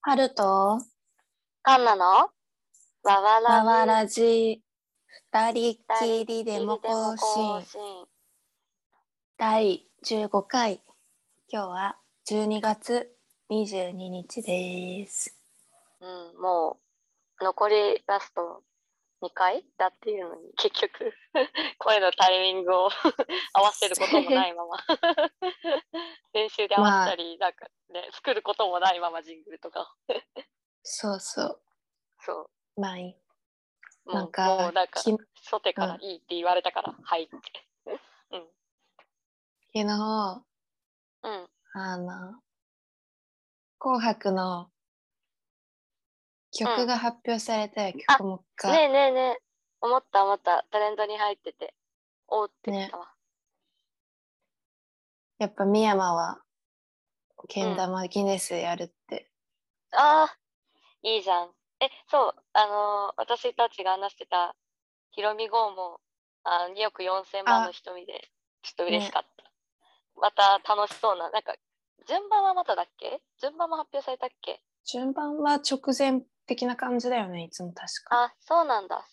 ハルとカンナのわわわらわわらじ二人っきりでも更新第15回今日は12月22日ですうん、もう残りラスト2回だっていうのに 結局声のタイミングを合わせることもないまま練習で合わせたり、なんかね作ることもないままジングルとかそうそそうまあいいうもうなんかもうなんかき昨初手からいいって言われたから、はいってうん日うんあの「紅白」の曲が発表されたよ、曲目が、ねえねえねえ思った思ったトレンドに入ってておうって言ったわ、やっぱ深山はけん玉ギネスやるって、ああ、いいじゃん。え、そう、あのー私たちが話してた、ヒロミ号も、あ2億4000万の瞳で、ちょっと嬉しかった。また楽しそうな、なんか、順番はまただっけ順番も発表されたっけ順番は直前的な感じだよねいつも確かあ、そうなんだ。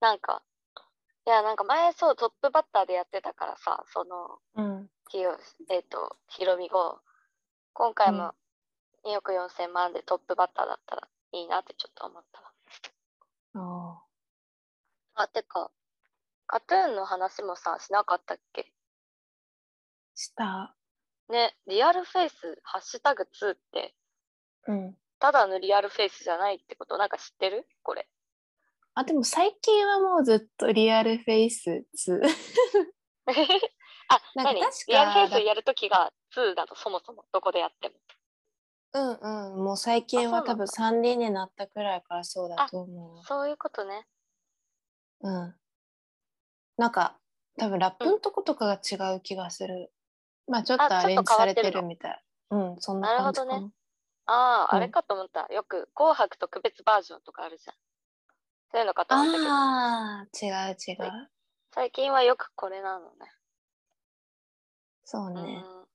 なんか、いや、なんか前、そう、トップバッターでやってたからさ、その、うんひよえっ、と、ヒロミ号、今回も2億4000万でトップバッターだったらいいなってちょっと思ったわ。ああ、てか、カトゥーンの話もさ、しなかったっけしたね、リアルフェイス、ハッシュタグ2って、うんただのリアルフェイスじゃないってこと、なんか知ってるこれ。 あでも最近はもうずっとリアルフェイス2あ、なんか何確かリアルフェイスやるときが2だと、そもそも、どこでやっても。うんうんもう最近はあそ多う分なんだ3人になったくらいからそうだと思うわそういうことね。うんなんか多分ラップのとことかが違う気がする、まあちょっとあアちレンょジっとさ変われってるのてるみたいうんそんななる感ほじかどなねああ、うんあれかと思った。よく、紅白特別バージョンとかあるじゃん。そういうのかと思ったけど、ああ違う違う最近はよくこれなのね。そうねうん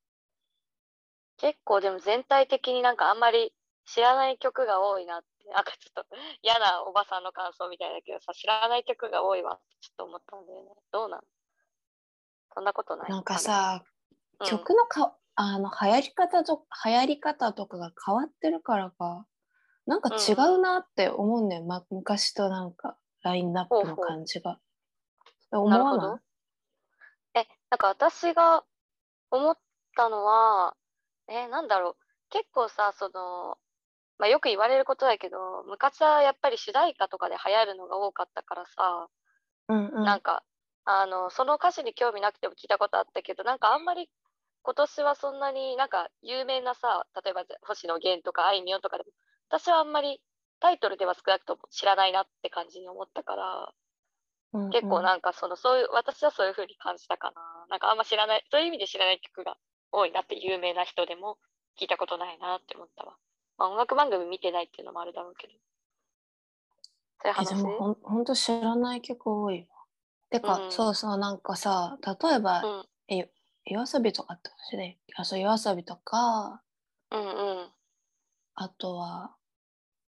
結構でも全体的になんかあんまり知らない曲が多いなってなんかちょっと 嫌なおばさんの感想みたいだけどさ知らない曲が多いわってちょっと思ったんだよねどうなのそんなことないなんか、さあのうん曲のかあの流行り方と流行り方とかが変わってるからかなんか違うなって思うんだよ、ま、昔となんかラインナップの感じが。なる思ほわどなえなんか私が思ったのはえーなんだろう結構さその、まあ、よく言われることだけど昔はやっぱり主題歌とかで流行るのが多かったからさいうんうんなんかあのその歌詞に興味なくても聞いたことあったけどなんかあんまり今年はそんなになんか有名なさ例えば星野源とかあいみょんとかでも私はあんまりタイトルでは少なくとも知らないなって感じに思ったからうんうん結構なんかそのそういう私はそういう風に感じたかななんかあんま知らないそういう意味で知らない曲が多いなって有名な人でも聞いたことないなって思ったわ、まあ、音楽番組見てないっていうのもあるだろうけどえそういうで話もほんほんと知らない曲多いわ。てか、うんそうそうなんかさ例えば、うんえ夜遊びとかって話であそう夜遊びとかうんうんあとは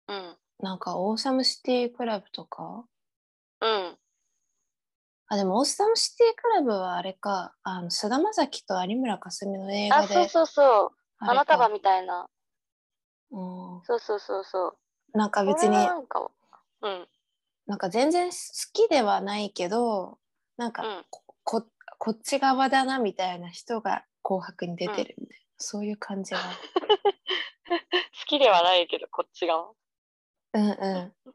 うんなんかオーサムシティクラブとかうんあ、でも、オーサムシティクラブはあれか、あの、菅田将暉と有村架純の映あ、画で、そうそうそう。あれ花か束みたいな。うそうそうそうそう。ん、なんか別これに、はなんかをうん。なんか全然好きではないけど、なんかうんこ、ここっち側だなみたいな人が紅白に出てるみたいな、そういう感 じが。好きではないけど、こっち側。うんうん。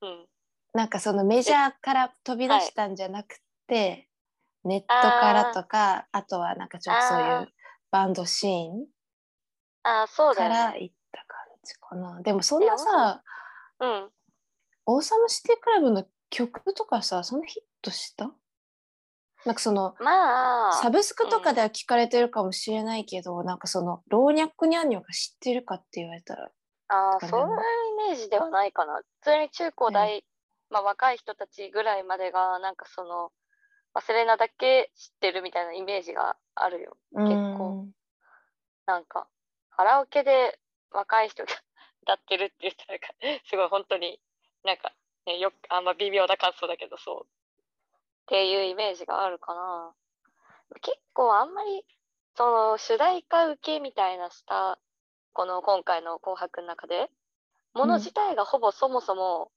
うん。なんかそのメジャーから飛び出したんじゃなくて、ネットからとか、あとはなんかちょっとそういあーうバンドシーンあ、そうだかよらね。行った感じかな。でもそんなえさ、うん。オーサムシティクラブの曲とかさそんなヒットしたなんかそのまサあ、ブスクとかでは聞かれてるかもしれないけど、なんかその老若にゃんにょが知ってるかって言われたらあとーかねそんなイメージではないかな。普通に中高大、まあ若い人たちぐらいまでが、なんかその、忘れなだけ知ってるみたいなイメージがあるよ。結構なんか、カラオケで若い人が歌ってるって言ったらなんか すごい本当になんか、ね、よくあんま微妙な感想だけどそうっていうイメージがあるかな結構あんまりその主題歌受けみたいなしたこの今回の「紅白」の中でもの自体がほぼそもそも、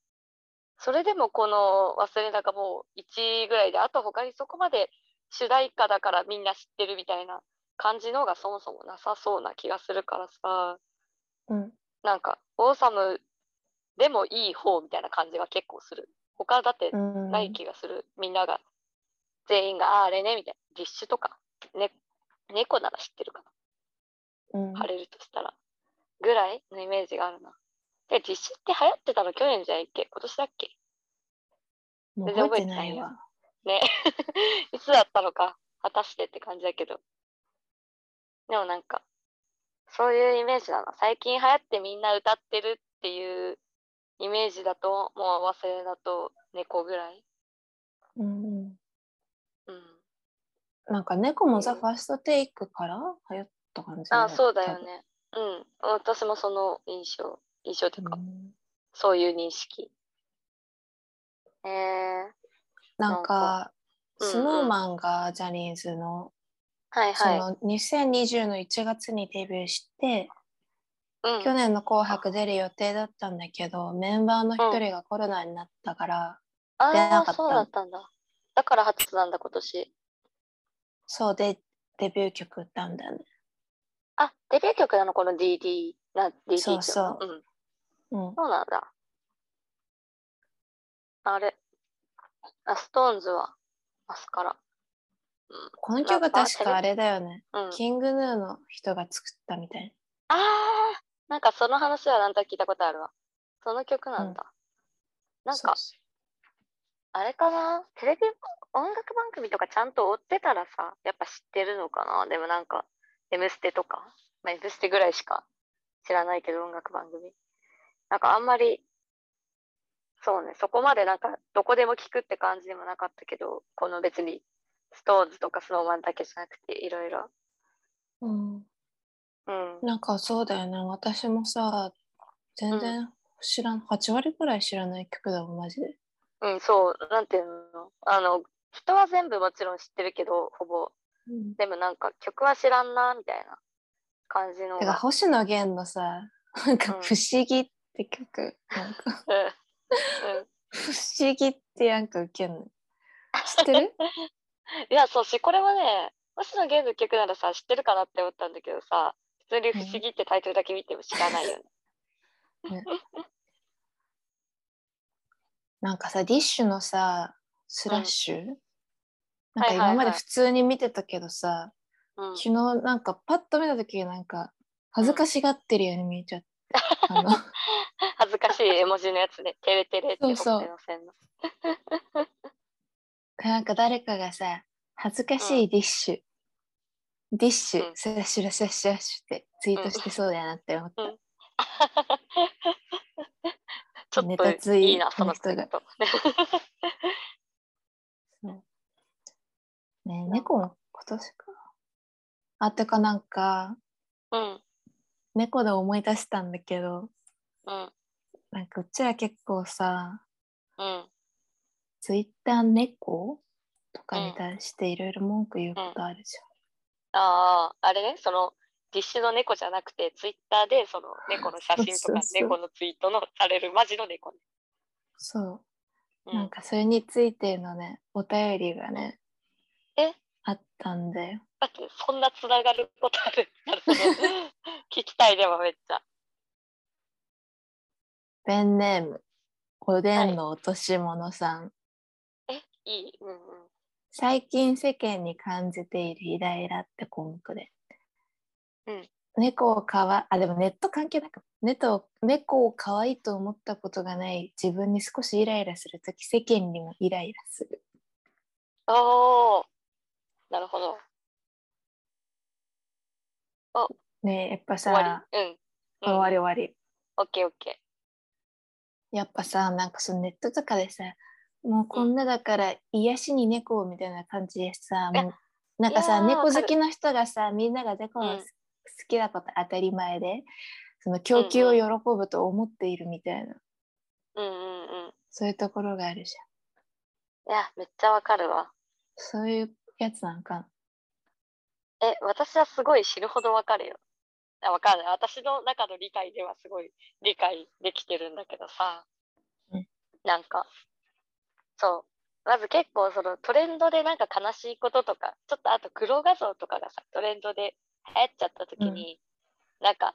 それでもこの「忘れながもう1位ぐらいであと他にそこまで主題歌だからみんな知ってるみたいな感じのがそもそもなさそうな気がするからさうんなんか「オーサム」でもいい方みたいな感じが結構する他だってうんない気がする、みんなが全員がああれねみたいなディッシュとか、ね、猫なら知ってるかうんな晴れるとしたらぐらいのイメージがあるなでディッシュって流行ってたの去年じゃないっけ今年だっけもう全然覚え覚えててなないいよわ。ね いつだったのか果たしてって感じだけどでもなんかそういうイメージだな最近流行ってみんな歌ってるっていうイメージだともう忘れだと猫ぐらいうんうんうんなんか猫もザ・ファーストテイクから流行った感じあそうだよ。ねうん私もその印象印象と多いうか、分うんそういう認識えー、なんか、うんうんスノーマンがジャニーズの、はいそはいの2020の1月にデビューして、うん去年の紅白出る予定だったんだけど、メンバーの一人がコロナになったから、出なかああったそうだったんだだから初なんだ今年そうでデビュー曲歌うんだよね。あデビュー曲なのこの DD な DD そうそうっていのうんうん。そうなんだ。あれ。あ、ストーンズはマスカラ。この曲なんか確かあれだよね。うん。あキングヌーの人が作ったみたいあーなんかその話はなんとなく聞いたことあるわ。その曲なんだ。な。なんか、そうあれかなテレビ、音楽番組とかちゃんと追ってたらさ、やっぱ知ってるのかなでもなんか、M ステとか、まあ、M ステぐらいしか知らないけど、音楽番組。なんかあんまり、そうね、そこまでなんか、どこでも聞くって感じでもなかったけど、この別に、ストーンズとかスノーマンだけじゃなくて、いろいろ。そううんうん。なんかそうだよね。私もさ、全然知らん、8割くらい知らない曲だもん、マジで。うん、そう、なんていうのあの、人は全部もちろん知ってるけど、ほぼ。うん、でもなんか、曲は知らんな、みたいな感じのてがか、星野源のさ、なんかうん不思議って曲、なんかうんうん不思議ってなんかウケんの。知ってるいや、そうし、これはね、星野源の曲ならさ、知ってるかなって思ったんだけどさ、普通に不思議ってタイトルだけ見ても知らないよね。なんかさ、ディッシュのさ、スラッシュ、なんかはいはいは今いまで普通に見てたけどさ、うん、昨日なんかパッと見た時なんか恥ずかしがってるように見えちゃって、あの恥ずかしい絵文字のや つね、テレテレってそうそうほっぺの線 の。なんか誰かがさ「恥ずかしいディッシュ」ディッシュ、うんスラッシュラスラッシュラッシュってツイートしてそうだなって思った、うんちょネっタつといいいな、そのこの人が人。ね猫も今年かあてかなんか うん、猫で思い出したんだけどうん、なんかうちら結構さうん。ツイッター猫とかに対していろいろ文句言うことあるじああ、あれね、その、実施の猫じゃなくて、ツイッターでその猫の写真とそかうそうそう猫のツイートのされるマジの猫ね。ゃん、そううなんかそれについてのねお便りがねえあったんだよだってそんなつながることあるなるほど 聞きたいでもめっちゃ。ペンネームおでんの落とし物さん、えいいうんうん。最近世間に感じているイライラって項目で、うん猫をかわあでもネット関係なく猫を猫を可愛いと思ったことがない自分に少しイライラするとき世間にもイライラするおおなるほど。ねえやっぱ終わさりうん。終わり終うんわりオッケーオッケやっぱさなんかそのネットとかでさもうこんなだから癒しに猫をみたいな感じでさ、いやもうなんかさいやー猫好きの人がさみんなが猫うのん好きなこと当たり前で、その供給を喜ぶと思っているみたいな、うんうんうん。そういうところがあるじゃんいや、めっちゃわかるわ。そういうやつなんかえ、私はすごい知るほどわかるよ。あわかる。私の中の理解ではすごい理解できてるんだけどさうん。なんか、そう。まず結構そのトレンドでなんか悲しいこととか、ちょっとあと黒画像とかがさ、トレンドで流行っちゃった時に、なんか、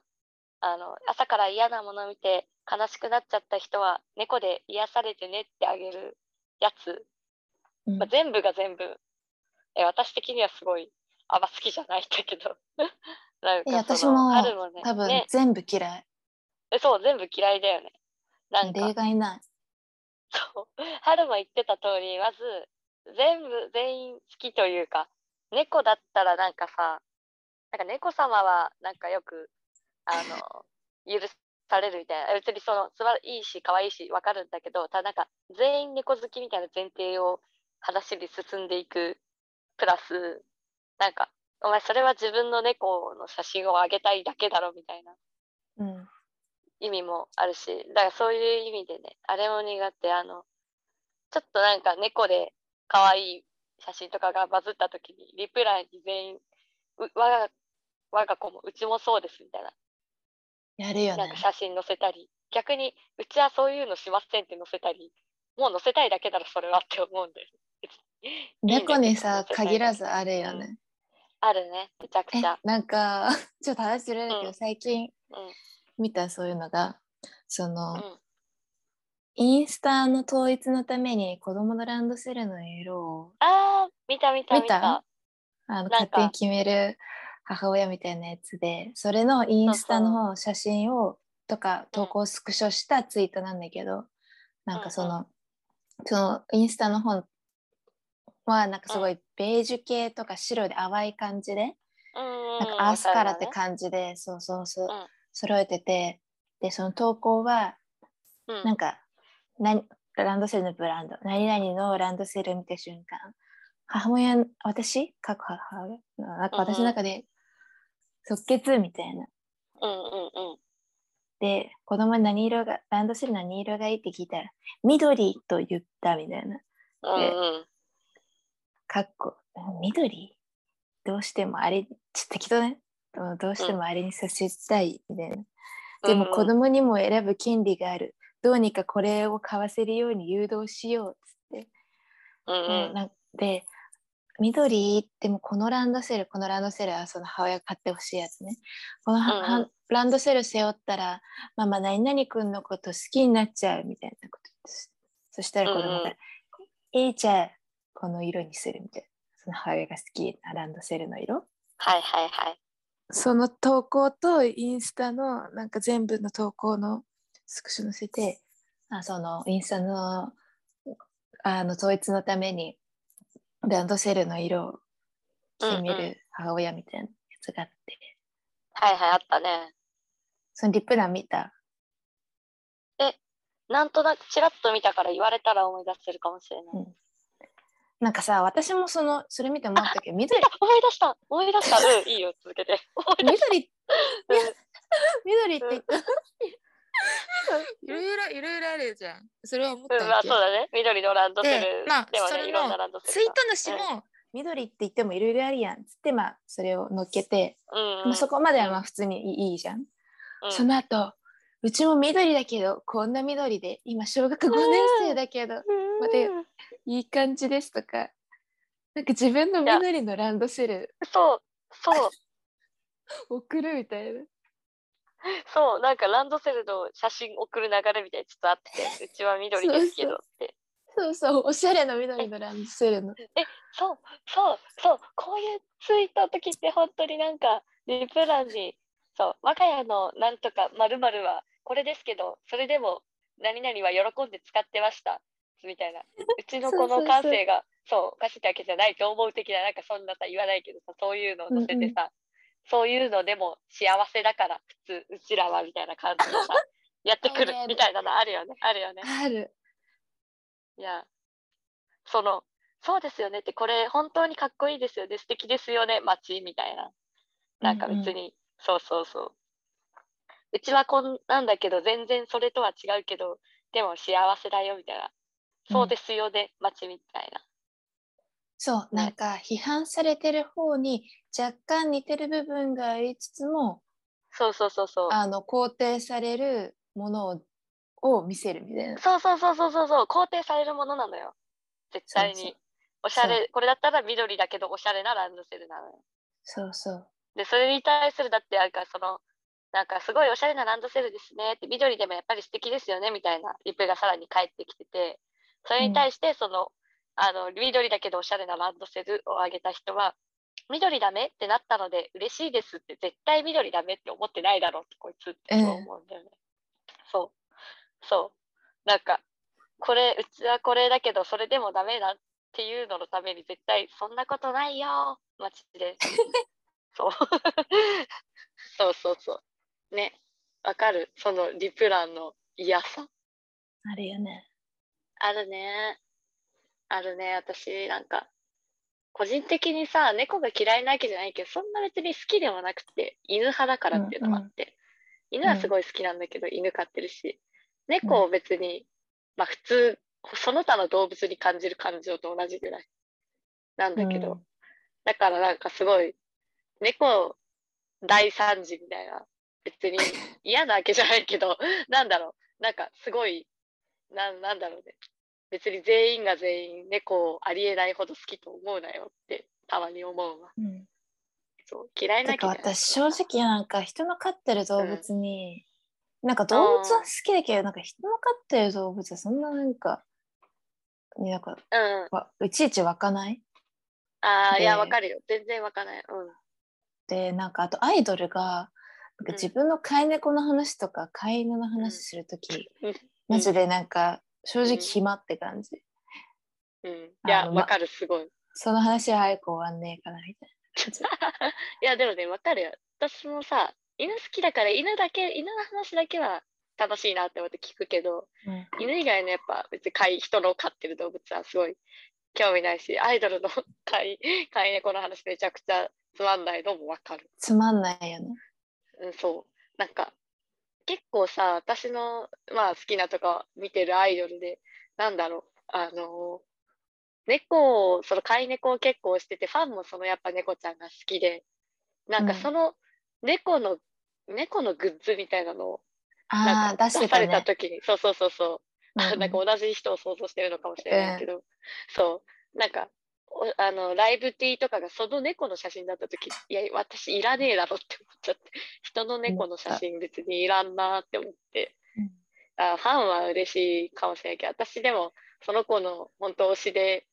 あの、朝から嫌なもの見て悲しくなっちゃった人は猫で癒されてねってあげるやつうんまあ、全部が全部え私的にはすごいあんま好きじゃないんだけど なんいやか私そのも春もね多分ね全部嫌い、えそう全部嫌いだよねなん例か外ないそう 春も言ってた通りまず全部全員好きというか猫だったらなんかさなんか猫様はなんかよくあの許されるみたいな別にそのすばいいし可愛いしわかるんだけどただなんか全員猫好きみたいな前提を話に進んでいくプラスなんかお前それは自分の猫の写真をあげたいだけだろみたいなうん意味もあるしだからそういう意味でねあれも苦手あのちょっとなんか猫で可愛い写真とかがバズった時にリプライに全員「う我が我が子もうちもそうです」みたいなやるよなんねか写真載せたり逆に「うちはそういうのしません」って載せたりもう載せたいだけだろそれはって思う んだよね。猫にさいいんだけど限らずあるよね、あるねめちゃくえちゃ。なんか ちょっと話ずれるけど、うん最近うん見たそういうのがその、うんインスタの統一のために子供のランドセルの色をあー見た見た見たあのなん勝か手に決める母親みたいなやつでそれのインスタの方の写真をとか投稿スクショしたツイートなんだけど、なんかその、そのインスタの方はなんかすごいベージュ系とか白で淡い感じで、うんなんかアースカラーってわか感じで、そうそうそう、うん揃えててでその投稿はるわねなんか、なランドセルのブランド何々のランドセルを見た瞬間母親私過去母親なんかうんうん私の中で即決みたいな。うんうんうんうんで子供に何色がランドセル何色がいいって聞いたら緑と言ったみたいな。うんうんかっこ緑どうしてもあれちょっと適当ねうんどうしてもあれにさせたいみたいな。でも子供にも選ぶ権利がある。どうにかこれを買わせるように誘導しようっつって。うんうんうん、なんで緑でもこのランドセルこのランドセルはその母親が買ってほしいやつねこのは、うんうはランドセル背負ったらママ何々くんのこと好きになっちゃうみたいなことですそしたら子供が、うんうんいいじゃんこの色にするみたいなその母親が好きなランドセルの色はいはいはい。その投稿とインスタのなんか全部の投稿のスクショ載せてあそのインスタのあの統一のためにランドセルの色を決めうんうる母親みたいなやつがあって、はいはい、あったね。そのリプラン見たなんとなくちらっと見たから言われたら思い出せるかもしれない。うんなんかさ私もそのそれ見て思ったけど緑あ思い出した思い出 したうん、いいよ、続けて。緑うん緑ってうん言ったいろいろいろいろあるじゃんそれは思っうたん、まわあけそうだね。緑のランドセルでまあではそれね、のいろんなランドセツイールが。ト主も緑って言ってもいろいろあるやんっつってまあそれを乗っけて、うん、うまん。あ、そこまではまあ普通にいいいいじゃん、うんその後うちも緑だけどこんな緑で今小学5年生だけどうん待ていい感じですとかなんか自分の緑のランドセルそう、そう、送るみたいなそう、なんかランドセルの写真送る流れみたいにちょっとあって、うちは緑ですけどって。そうそうおしゃれな緑のランドセルのそうそうそうこういうツイートの時って本当になんかリプランにそう我が家のなんとかまるはこれですけどそれでも何々は喜んで使ってましたみたいなうちの子そうそうそのう感性がそうおかしいだけじゃないと思う的ななんかそんなさ言わないけどさそういうのを載せてさ、そういうのでも幸せだから普通うちらはみたいな感じでさやってくあるるあるみたいなのあるよねあるよね。 あるいや、その、そうですよねって、これ本当にかっこいいですよね、素敵ですよね、街みたいな。なんか別うに、んそうそうそう。うちはこんなんだけど全然それとは違うけどでも幸せだよみたいなそうですよで、ね、街みたいなそうなんか批判されてる方に若干似てる部分がありつつもそうそうそうそうあの肯定されるものをを見せるみたいなそうそうそうそうそうそう肯定されるものなのよ絶対にそうそうおしゃれこれだったら緑だけどおしゃれなランドセルなのよそうそうでそれに対するだってなんかそのなんかすごいおしゃれなランドセルですねって緑でもやっぱり素敵ですよねみたいなリプがさらに返ってきててそれに対してその,、あの緑だけどおしゃれなランドセルをあげた人は緑ダメってなったので嬉しいですって絶対緑ダメって思ってないだろうってこいつってそう思うんだよね、そうそうなんかこれうちはこれだけどそれでもダメだっていうののために絶対そんなことないよ街でそうそうそうそうねわかるそのリプランの嫌さあるよねあるねあるね私なんか個人的にさ猫が嫌いなわけじゃないけどそんな別に好きでもなくて犬派だからっていうのもあって、犬はすごい好きなんだけど、犬飼ってるし猫を別に、まあ普通その他の動物に感じる感情と同じぐらいなんだけど、うんだからなんかすごい猫大惨事みたいな別に嫌なわけじゃないけど なんだろうなんかすごいなんなんだろうね別に全員が全員猫をありえないほど好きと思うなよってたまに思うわうんそう嫌いなてわけかじゃない私正直なんか人の飼ってる動物に、なんか動物は好きだけど、なんか人の飼ってる動物はそんななんかなんかうんわいちいち湧かないああいやでわかるよ全然わかんないうんでなんかあとアイドルがなんかうん自分の飼い猫の話とか飼い犬の話する時、うんマジでなんか正う直ん暇って感じ、うんあいやのまわかるすごいその話は早く終わんねえかなみたいな感じいやでもねわかるよ私もさ犬好きだから犬だけ犬の話だけは楽しいなって思って聞くけどうん犬以外のやっぱ別に飼い人の飼ってる動物はすごい興味ないしアイドルの飼い 飼い猫の話めちゃくちゃつまんないのもわかる、つまんないよねうん、そうなんか結構さ私の、まあ、好きなとか見てるアイドルでなんだろうあの猫をその飼い猫を結構しててファンもそのやっぱ猫ちゃんが好きでなんかうんその猫の、猫のグッズみたいなのをなあんあか出して出さたれたね時にそうそうそうそううんうん なんか同じ人を想像してるのかもしれないけど、そうなんかおあのライブティーとかがその猫の写真だった時いや私いらねえだろって思っちゃって人の猫の写真別にいらんなって思って、うんあファンは嬉しいかもしれないけど私でもその子の本当推しで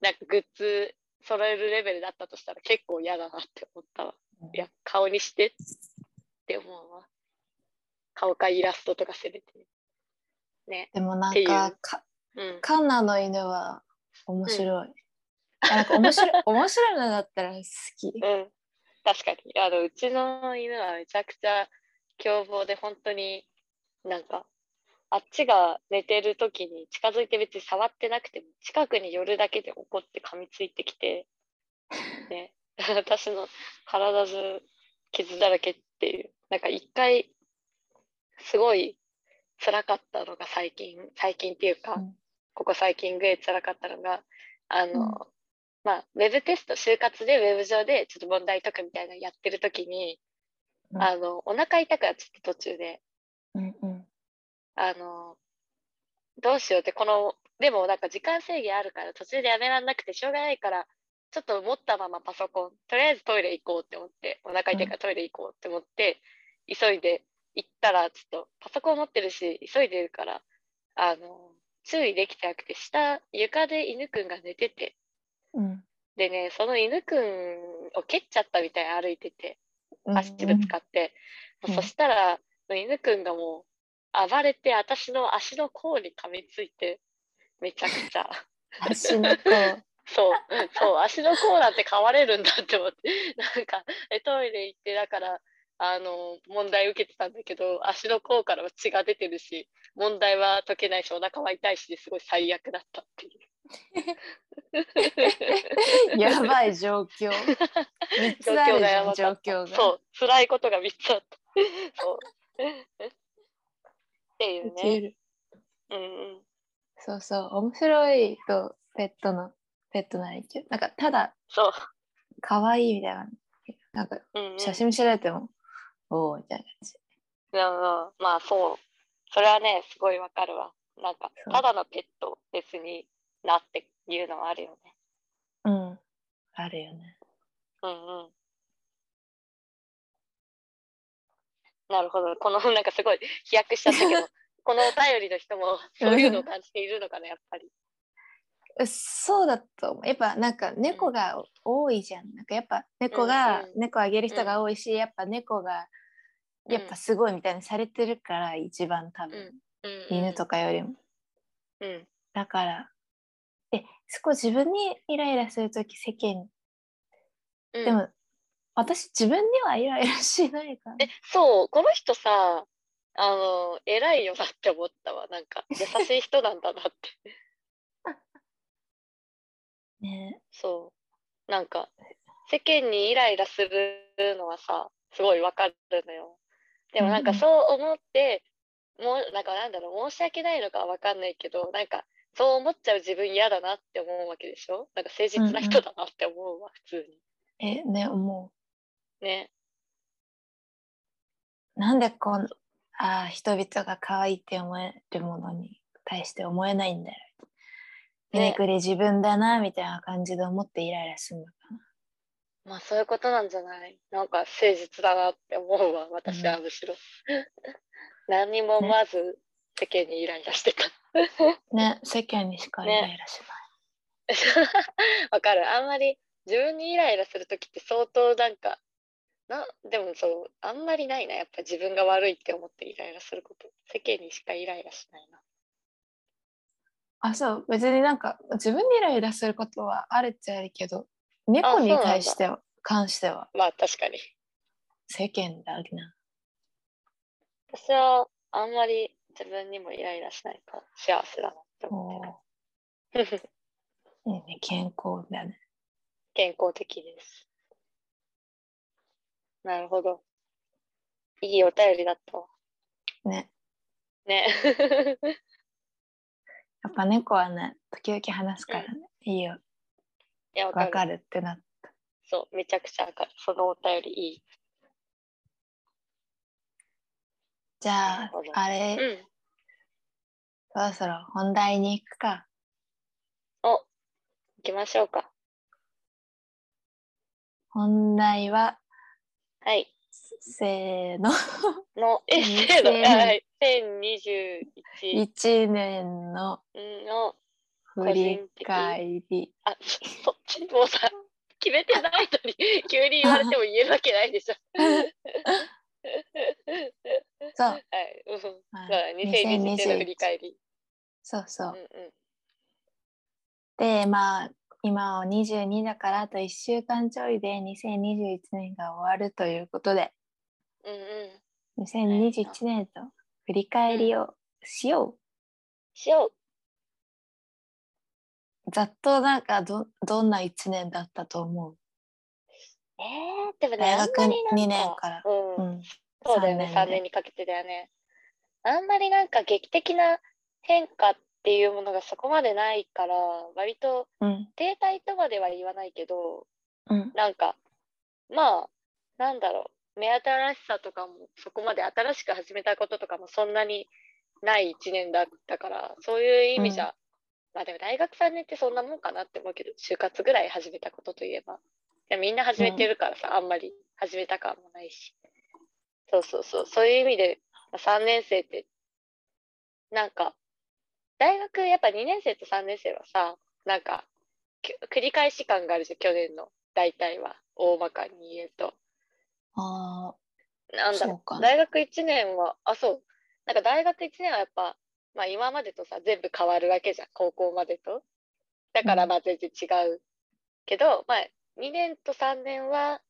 なんかグッズ揃えるレベルだったとしたら結構嫌だなって思ったわうんいや顔にしてって思うわ顔かイラストとかせめてねでもなってんいかうかうんカンナの犬は面白い、いやなんか面白い 面白いのだったら好きうん、確かにあのうちの犬はめちゃくちゃ凶暴で本当になんかあっちが寝てる時に近づいて別に触ってなくても近くに寄るだけで怒って噛みついてきて、ね、 私の体中傷だらけっていうなんか一回すごい辛かったのが最近最近っていうか、うんここ最近ぐらい辛かったのがあの、うんまあウェブテスト就活でウェブ上でちょっと問題解くみたいなのやってる時に、うんあのお腹痛くなっちゃって途中でうんうんあのどうしようってこのでもなんか時間制限あるから途中でやめらんなくてしょうがないからちょっと持ったままパソコンとりあえずトイレ行こうって思ってお腹痛いからトイレ行こうって思って、急いで行ったらちょっとパソコン持ってるし急いでるからあの注意できてなくて下床で犬くんが寝ててうんでねその犬くんを蹴っちゃったみたい歩いててうん足ぶつかって、うんそしたら犬くんがもう暴れて私の足の甲に噛みついてめちゃくちゃ 足の子そうそう足の甲なんて噛まれるんだって思って なんかえトイレ行ってだからあの問題受けてたんだけど足の甲からは血が出てるし問題は解けないしお腹は痛いしですごい最悪だったってい うやばい状況。3つあるじゃん、状況が。 そう、辛いことが3つあった。そうっていう受けね。る。うんうん。そうそう、面白いと、ペットの、ペットならいいけど、なんか、ただ、そう。可愛いみたいな。なんか、うんうん、写真見せられても、おおみたいな感じ。うんうんまあそう。それはね、すごいわかるわ。なんかそ、うただのペット別になっていうのはあるよね。うん。あるよね。うんうん。なるほど。この、 なんかすごい飛躍しちゃったけ ど、このお便りの人もそういうのを感じているのかな、やっぱり。うそうだと思うやっぱなんか猫が多いじゃんなんかやっぱ猫うがんうん猫あげる人が多いしやっぱ猫がやっぱすごいみたいにされてるから一番多分うんうん犬とかよりもうん。だからえそこ自分にイライラする時世間うんでも私自分にはイライラしないからえ、そう、この人さ、あの、偉いよなって思ったわ。なんか、優しい人なんだなって。 ねそう。なんか、世間にイライラするのはさ、すごいわかるのよ。でもなんうかんうんそう思って、もう、なんかなんだろう、申し訳ないのかはわかんないけど、なんか、そう思っちゃう自分嫌だなって思うわけでしょなんか誠実な人だなって思うわ、普通に。えねもね。うなんでこんあー人々が可愛いって思えるものに対して思えないんだよひねねくれ自分だなみたいな感じで思ってイライラするのかまあそういうことなんじゃないなんか誠実だなって思うわ、私はむしろ。 何にも思わず世間にイライラしてた。 なね世間にしかイライラしわかる。あんまり自分にイライラするときって相当なんか、な、でもそう、あんまりないな。やっぱ自分が悪いって思ってイライラすること。世間にしかイライラしないな。ない、あそう別になんか自分にイライラすることはあるっちゃあるけど猫に対しては関してはまあ確かに。世間だな私はあんまり自分にもイライラしないから幸せだなって思おーってる。 いいね健康だね健康的です。なるほど。いいお便りだったわ。ねね。 やっぱ猫はね時々話すからね、いいよいや、わかわる。かるってなってそう、めちゃくちゃわかる。そのお便りいい。じゃなるあほどあれ、うん。そろそろ本題に行くか行きましょうか。本題ははい。せーのの、え、 2000せーの、はい。2021 1年のの、振り返りあ、そっちもうさ、決めてないのに、 急に言われても言えるわけないでし ょ。そうはい。うん。そうはいだ、2021年の振り返り。そうそうう、んうん。でまあ今は22だからあと1週間ちょいで2021年が終わるということでうんうん。 2021年と振り返りをしよしよう。うざっとなんかどどんな1年だったと思うえー、でもね、大あん学まりなんか二年からう。うんんそうだよね、三年3で年にかけてだよね。あんまりなんか劇的な変化っていうものがそこまでないから、割とうん停滞とまでは言わないけど、うんなんか、まあ、なんだろう、目新しさとかも、そこまで新しく始めたこととかもそんなにない1年だったから、そういう意味じゃ、まあでも大学3年ってそんなもんかなって思うけど、就活ぐらい始めたことといえば、いやみんな始めてるからさ、あんまり始めた感もないし。そうそうそう、そういう意味で、まあ3年生って、なんか、大学やっぱ2年生と3年生はさ、なんか、き繰り返し感があるじゃん、去年の。大体は大まかに言うとあなあんだそうろかうな大学1年はあそうなんか大学1年はやっぱ、まあ、今までとさ全部変わるわけじゃん高校までとだからうんまあ全然違うけど、まあ2年と3年は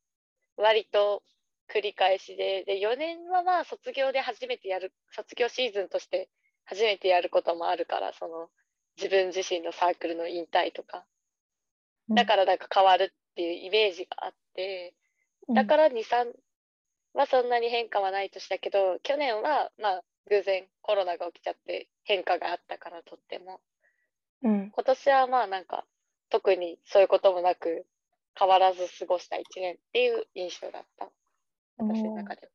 割と繰り返しでで4年はまあ卒業で初めてやる卒業シーズンとして初めてやることもあるからその自分自身のサークルの引退とかだからなんか変わるっていうイメージがあって、だから23はそんなに変化はない年だけど去年はまあ偶然コロナが起きちゃって変化があったからとってもうん今年はまあなんか特にそういうこともなく変わらず過ごした1年っていう印象だった私の中で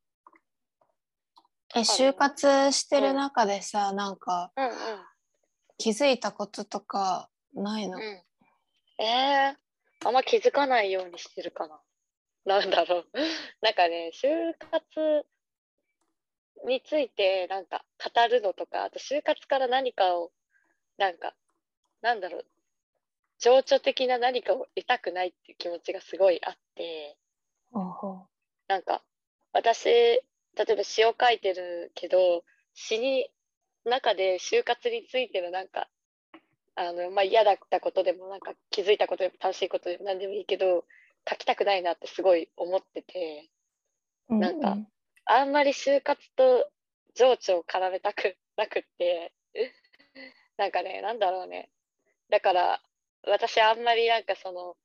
え就活してる中でさ、なんかは。うんうん気づいたこととかないの、うん、えー、あんま気づかないようにしてるかな。 なんだろう。なんかね、就活についてなんか語るのとか、あと就活から何かを、なんか、なんだろう、情緒的な何かを得たくないっていう気持ちがすごいあって、ほうほなんか、私、例えば詩を書いてるけど、詩に、中で就活についてのなんか、あの、まあ、嫌だったことでも、なんか気づいたことでも楽しいことでも何でもいいけど、書きたくないなってすごい思ってて、ううなんかあんまり就活と情緒を絡めたくなくって、 なんかね、なんだろうね。だから、私あんまりなんかその、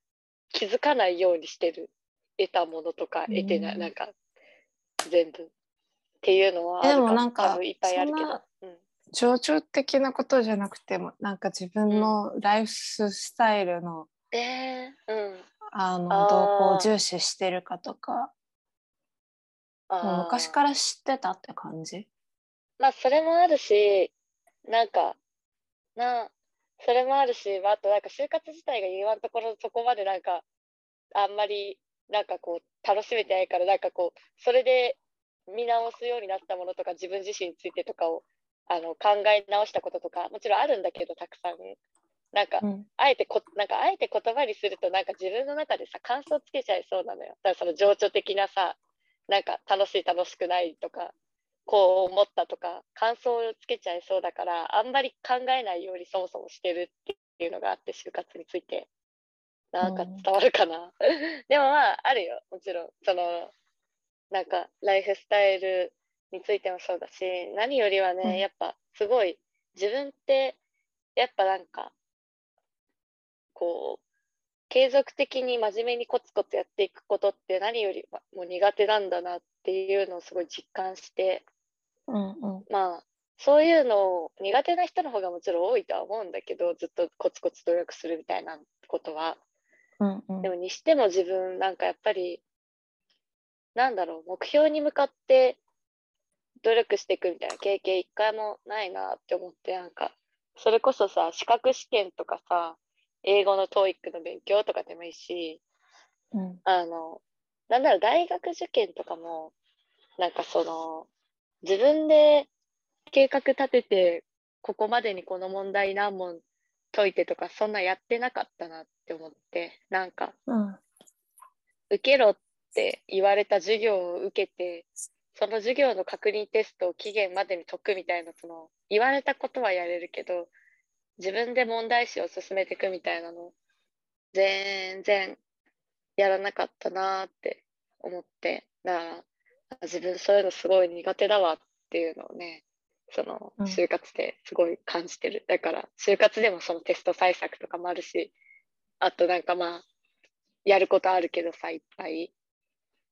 気づかないようにしてる。得たものとかうん得てない、なんか、全部。っていうのはあるでもなんか多分いっぱいあるけそんどな。うん情緒的なことじゃなくてもなんか自分のライフスタイルの,、えー、うん。あのあー動向を重視してるかとかもうあー昔から知ってたって感じまあそれもあるしなんかなそれもあるし、まあ、あとなんか就活自体が今のところそこまでなんかあんまりなんかこう楽しめてないからなんかこうそれで見直すようになったものとか自分自身についてとかをあの考え直したこととかもちろんあるんだけどたくさんなんかうんあえてこなんかあえて言葉にするとなんか自分の中でさ感想つけちゃいそうなのよ。だからその情緒的なさなんか楽しい楽しくないとかこう思ったとか感想をつけちゃいそうだからあんまり考えないようにそもそもしてるっていうのがあって就活についてなんかうん伝わるかな、でもまああるよもちろんそのなんかライフスタイルについてもそうだし何よりはね、うんやっぱすごい自分ってやっぱなんかこう継続的に真面目にコツコツやっていくことって何よりも苦手なんだなっていうのをすごい実感してうんうんまあそういうのを苦手な人の方がもちろん多いとは思うんだけどずっとコツコツ努力するみたいなことはうんうんでもにしても自分なんかやっぱりなんだろう目標に向かって努力していくみたいな経験一回もないなって思ってなんかそれこそさ資格試験とかさ英語の TOEIC の勉強とかでもいいしうんあのなんだろう大学受験とかもなんかその自分で計画立ててここまでにこの問題何問解いてとかそんなやってなかったなって思ってなんかうん受けろって言われた授業を受けてその授業の確認テストを期限までに解くみたいなその言われたことはやれるけど自分で問題集を進めていくみたいなの全然やらなかったなーって思ってだからあ自分そういうのすごい苦手だわっていうのをねそのうん就活ですごい感じてる、だから就活でもそのテスト対策とかもあるしあとなんかまあやることあるけどさいっぱい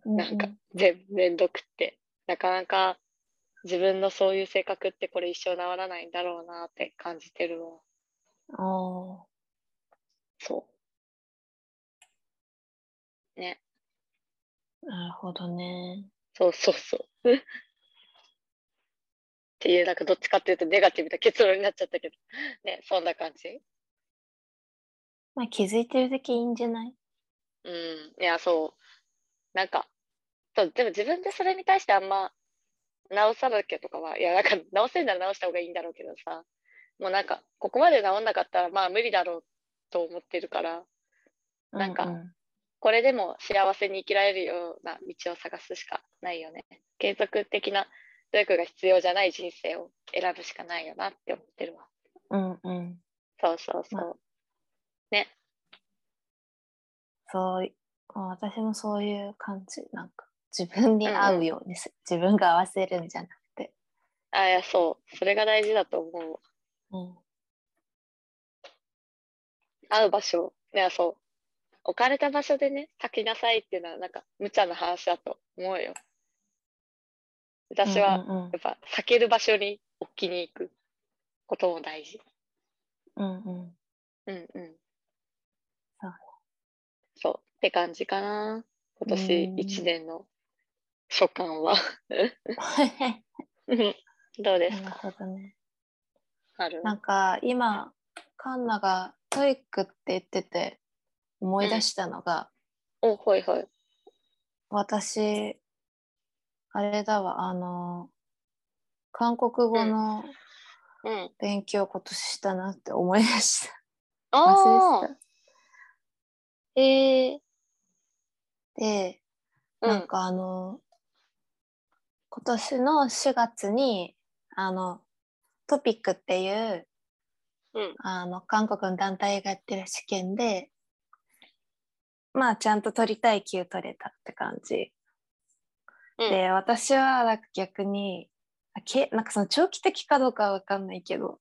うんなんか全部めんどくってなかなか自分のそういう性格ってこれ一生治らないんだろうなって感じてるわあそうねーなるほどねそうそうそう っていうなんかどっちかっていうとネガティブな結論になっちゃったけどねそんな感じまあ気づいてる時いいんじゃないうんいやそうなんかそうでも自分でそれに対してあんま直さなきゃとかはいやなんか直せるなら直した方がいいんだろうけどさもうなんかここまで直んなかったらまあ無理だろうと思ってるからなんかうこれでも幸せに生きられるような道を探すしかないよね継続的な努力が必要じゃない人生を選ぶしかないよなって思ってるわうんうんうんそうそうそう、そう、まあ私もそういう感じ。なんか、自分に合うようにす、自分が合わせるんじゃなくて。あいやそうそれが大事だと思うわうん。会う場所いやそう置かれた場所でね書きなさいっていうのはなんか無茶な話だと思うよ私はやうんうんうんっぱ避ける場所に置きに行くことも大事。うんうんうんうん。そうそう。って感じかな。今う年ん一年の所感は。 うんどうですなるほか、どね。春なんか今カンナがトイックって言ってて思い出したのが、お、ほいほい。私あれだわあの韓国語のうん。勉強今年したなって思い出した。忘あれあてー、えー、た。でうなんん。かあの、今年の4月に、あの、トピックっていう、うんあの、韓国の団体がやってる試験で、まあ、ちゃんと取りたい級取れたって感じ。うんで、私は、なんか逆に、あけなんかその長期的かどうかはわかんないけど、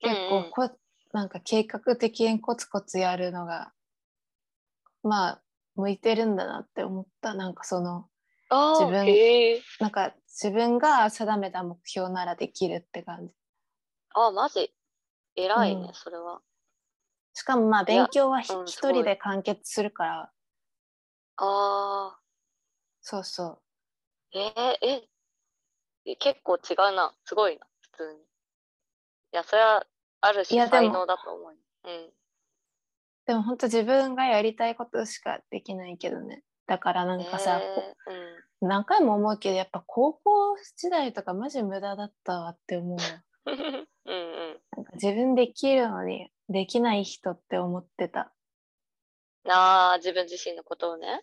結うんう構んこ、なんか計画的にコツコツやるのが、まあ、向いてるんだなって思った。なんかその、あ自あ、分へえ。なんか自分が定めた目標ならできるって感じ。ああ、マジ。偉いね、うんそれは。しかもまあいや勉強はひうん一すごい人で完結するから、ああ、そうそう。えー、え、え結構違うな。すごいな、普通に。いや、それはあるい種やでも才能だと思うよ。うん。でも本当自分がやりたいことしかできないけどね。だからなんかさ、こえーうん。何回も思うけどやっぱ高校時代とかマジ無駄だったわって思うわ。うん うん。なんか自分できるのにできない人って思ってた。なあ、自分自身のことをね。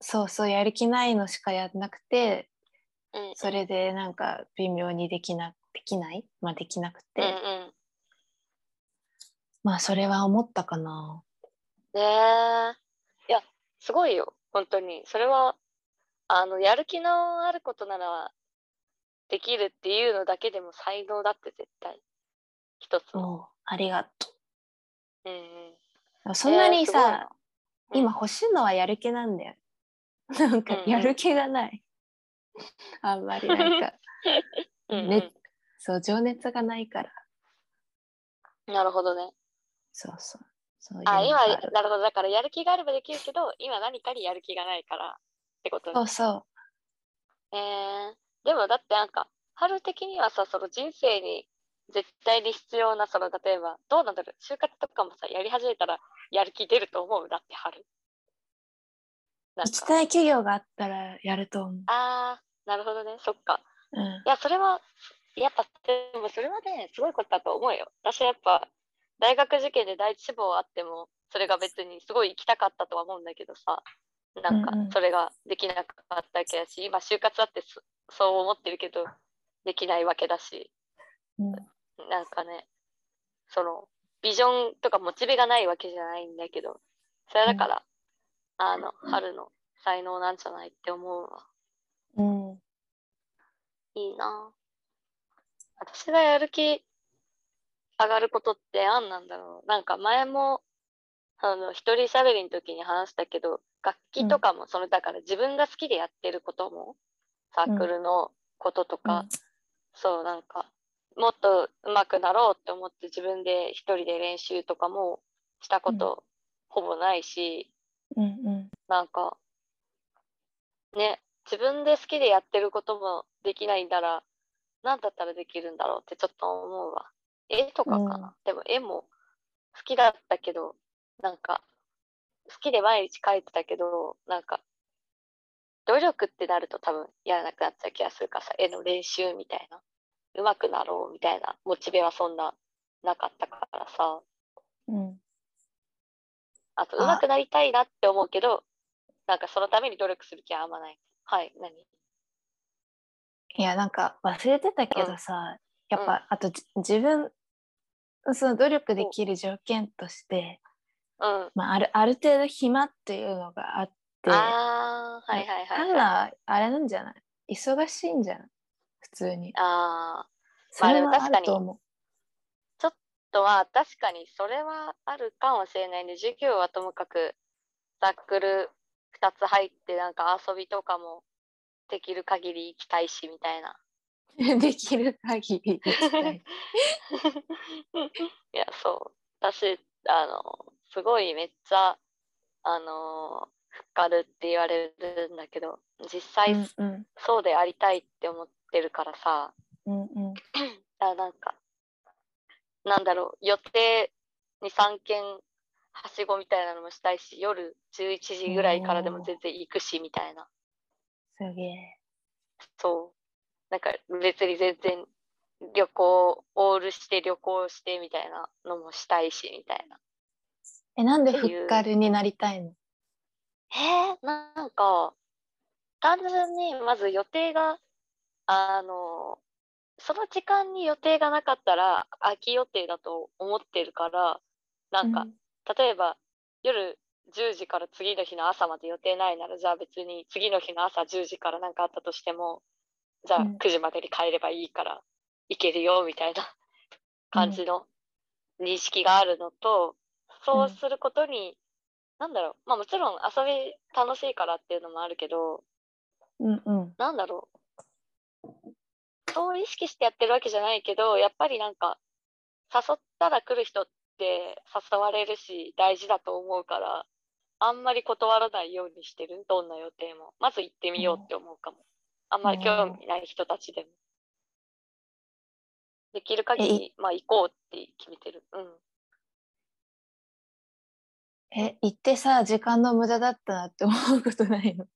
そうそうやる気ないのしかやんなくてうん。それでなんか微妙にできなできないまあできなくて、うんうん。まあそれは思ったかな。ねえ。いや、すごいよ。本当に。それは、あの、やる気のあることなら、できるっていうのだけでも才能だって絶対。一つの。おうありがとうんうん。う。そんなにえーすごいなさ、うん今欲しいのはやる気なんだよ。 なんかうんうんやる気がない。 あんまりなんか、 うんうんねそう、情熱がないから。なるほどね。そうそう。そういうのあ、今がある、なるほど。だから、やる気があればできるけど、今何かにやる気がないからってことそねう。そう。えー、でもだってなんか、春的にはさ、その人生に絶対に必要な、その例えば、どうなんだろう、就活とかもさ、やり始めたらやる気出ると思うだって春。なん行きか、たい企業があったらやると思う。あー、なるほどね、そっか。うん。いや、それは、やっぱ、でもそれはね、すごいことだと思うよ。私はやっぱ、大学受験で第一志望あっても、それが別にすごい行きたかったとは思うんだけどさ、なんかうんうん、それができなかったわけだし、今、就活だってそそう思ってるけど、できないわけだし、うんなんかね、その、ビジョンとかモチベがないわけじゃないんだけど、それだから、あの、春の才能なんじゃないって思うわ。うん。いいなぁ私がやる気上がることって何なんだろうなんか前もあの一人喋りの時に話したけど楽器とかもそのだから自分が好きでやってることもサークルのこととか、そうなんかもっと上手くなろうって思って自分で一人で練習とかもしたことほぼないし、うんうん。なんか、ね、自分で好きでやってることもできないんだら、何だったらできるんだろうってちょっと思うわ。絵とかかな、でも絵も好きだったけど、なんか、好きで毎日描いてたけど、なんか、努力ってなると多分やらなくなっちゃう気がするからさ、絵の練習みたいな、上手くなろうみたいなモチベはそんななかったからさ。うん。あと、あ上手くなりたいなって思うけど、なんかそのために努力する気はあんまない。はい、何いやなんか忘れてたけどさ、やっぱ、あとじ自分その努力できる条件として、うん。まあ、あるある程度暇っていうのがあってあー、はいはいカはンい、はい。ナあれなんじゃない忙しいんじゃない普通にあー、それまあでもはあ確かるにと思あとは確かにそれはあるかもしれないね。授業はともかく、サークル2つ入って、なんか遊びとかもできる限り行きたいしみた いな。できる限 り行きたいいやそう私あのすごいめっちゃあのふっかるって言われるんだけど実際、うんそうでありたいって思ってるからさうんうんうんあなんかなんだろう予定23件はしごみたいなのもしたいし夜11時ぐらいからでも全然行くしみたいなすげえそうなんか別に全然旅行オールして旅行してみたいなのもしたいしみたいなえなんでってふいうっかるになりたいのえー、なんか単純にまず予定があのその時間に予定がなかったら空き予定だと思ってるからなんか、例えば夜10時から次の日の朝まで予定ないならじゃあ別に次の日の朝10時から何かあったとしてもじゃあうん9時までに帰ればいいから行けるよみたいな感じの認識があるのと、そうすることに、なんだろうまあもちろん遊び楽しいからっていうのもあるけどうんうんなんだろうそう意識してやってるわけじゃないけどやっぱりなんか誘ったら来る人って誘われるし大事だと思うからあんまり断らないようにしてるどんな予定もまず行ってみようって思うかも、あんまり興味ない人たちでも、できる限えりまあ行こうって決めてるうんえ行ってさ時間の無駄だったなって思うことないの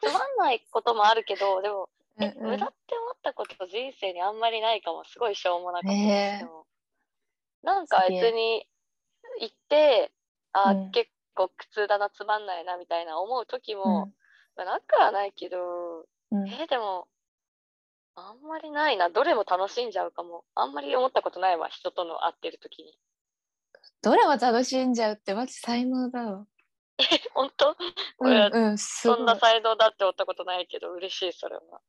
つまんないこともあるけどでも、えうんうん無駄って思ったこと人生にあんまりないかもすごいしょうもなかったねえでもなんかすげえ別に行ってあ、うん結構苦痛だなつまんないなみたいな思う時も、まあなくはないけど、うんうんえーでもあんまりないなどれも楽しんじゃうかもあんまり思ったことないわ人との会ってる時に どれも楽しんじゃうってマジ才能だわ本当うこれはんうんすごいそんな才能だって思ったことないけど嬉しいそれは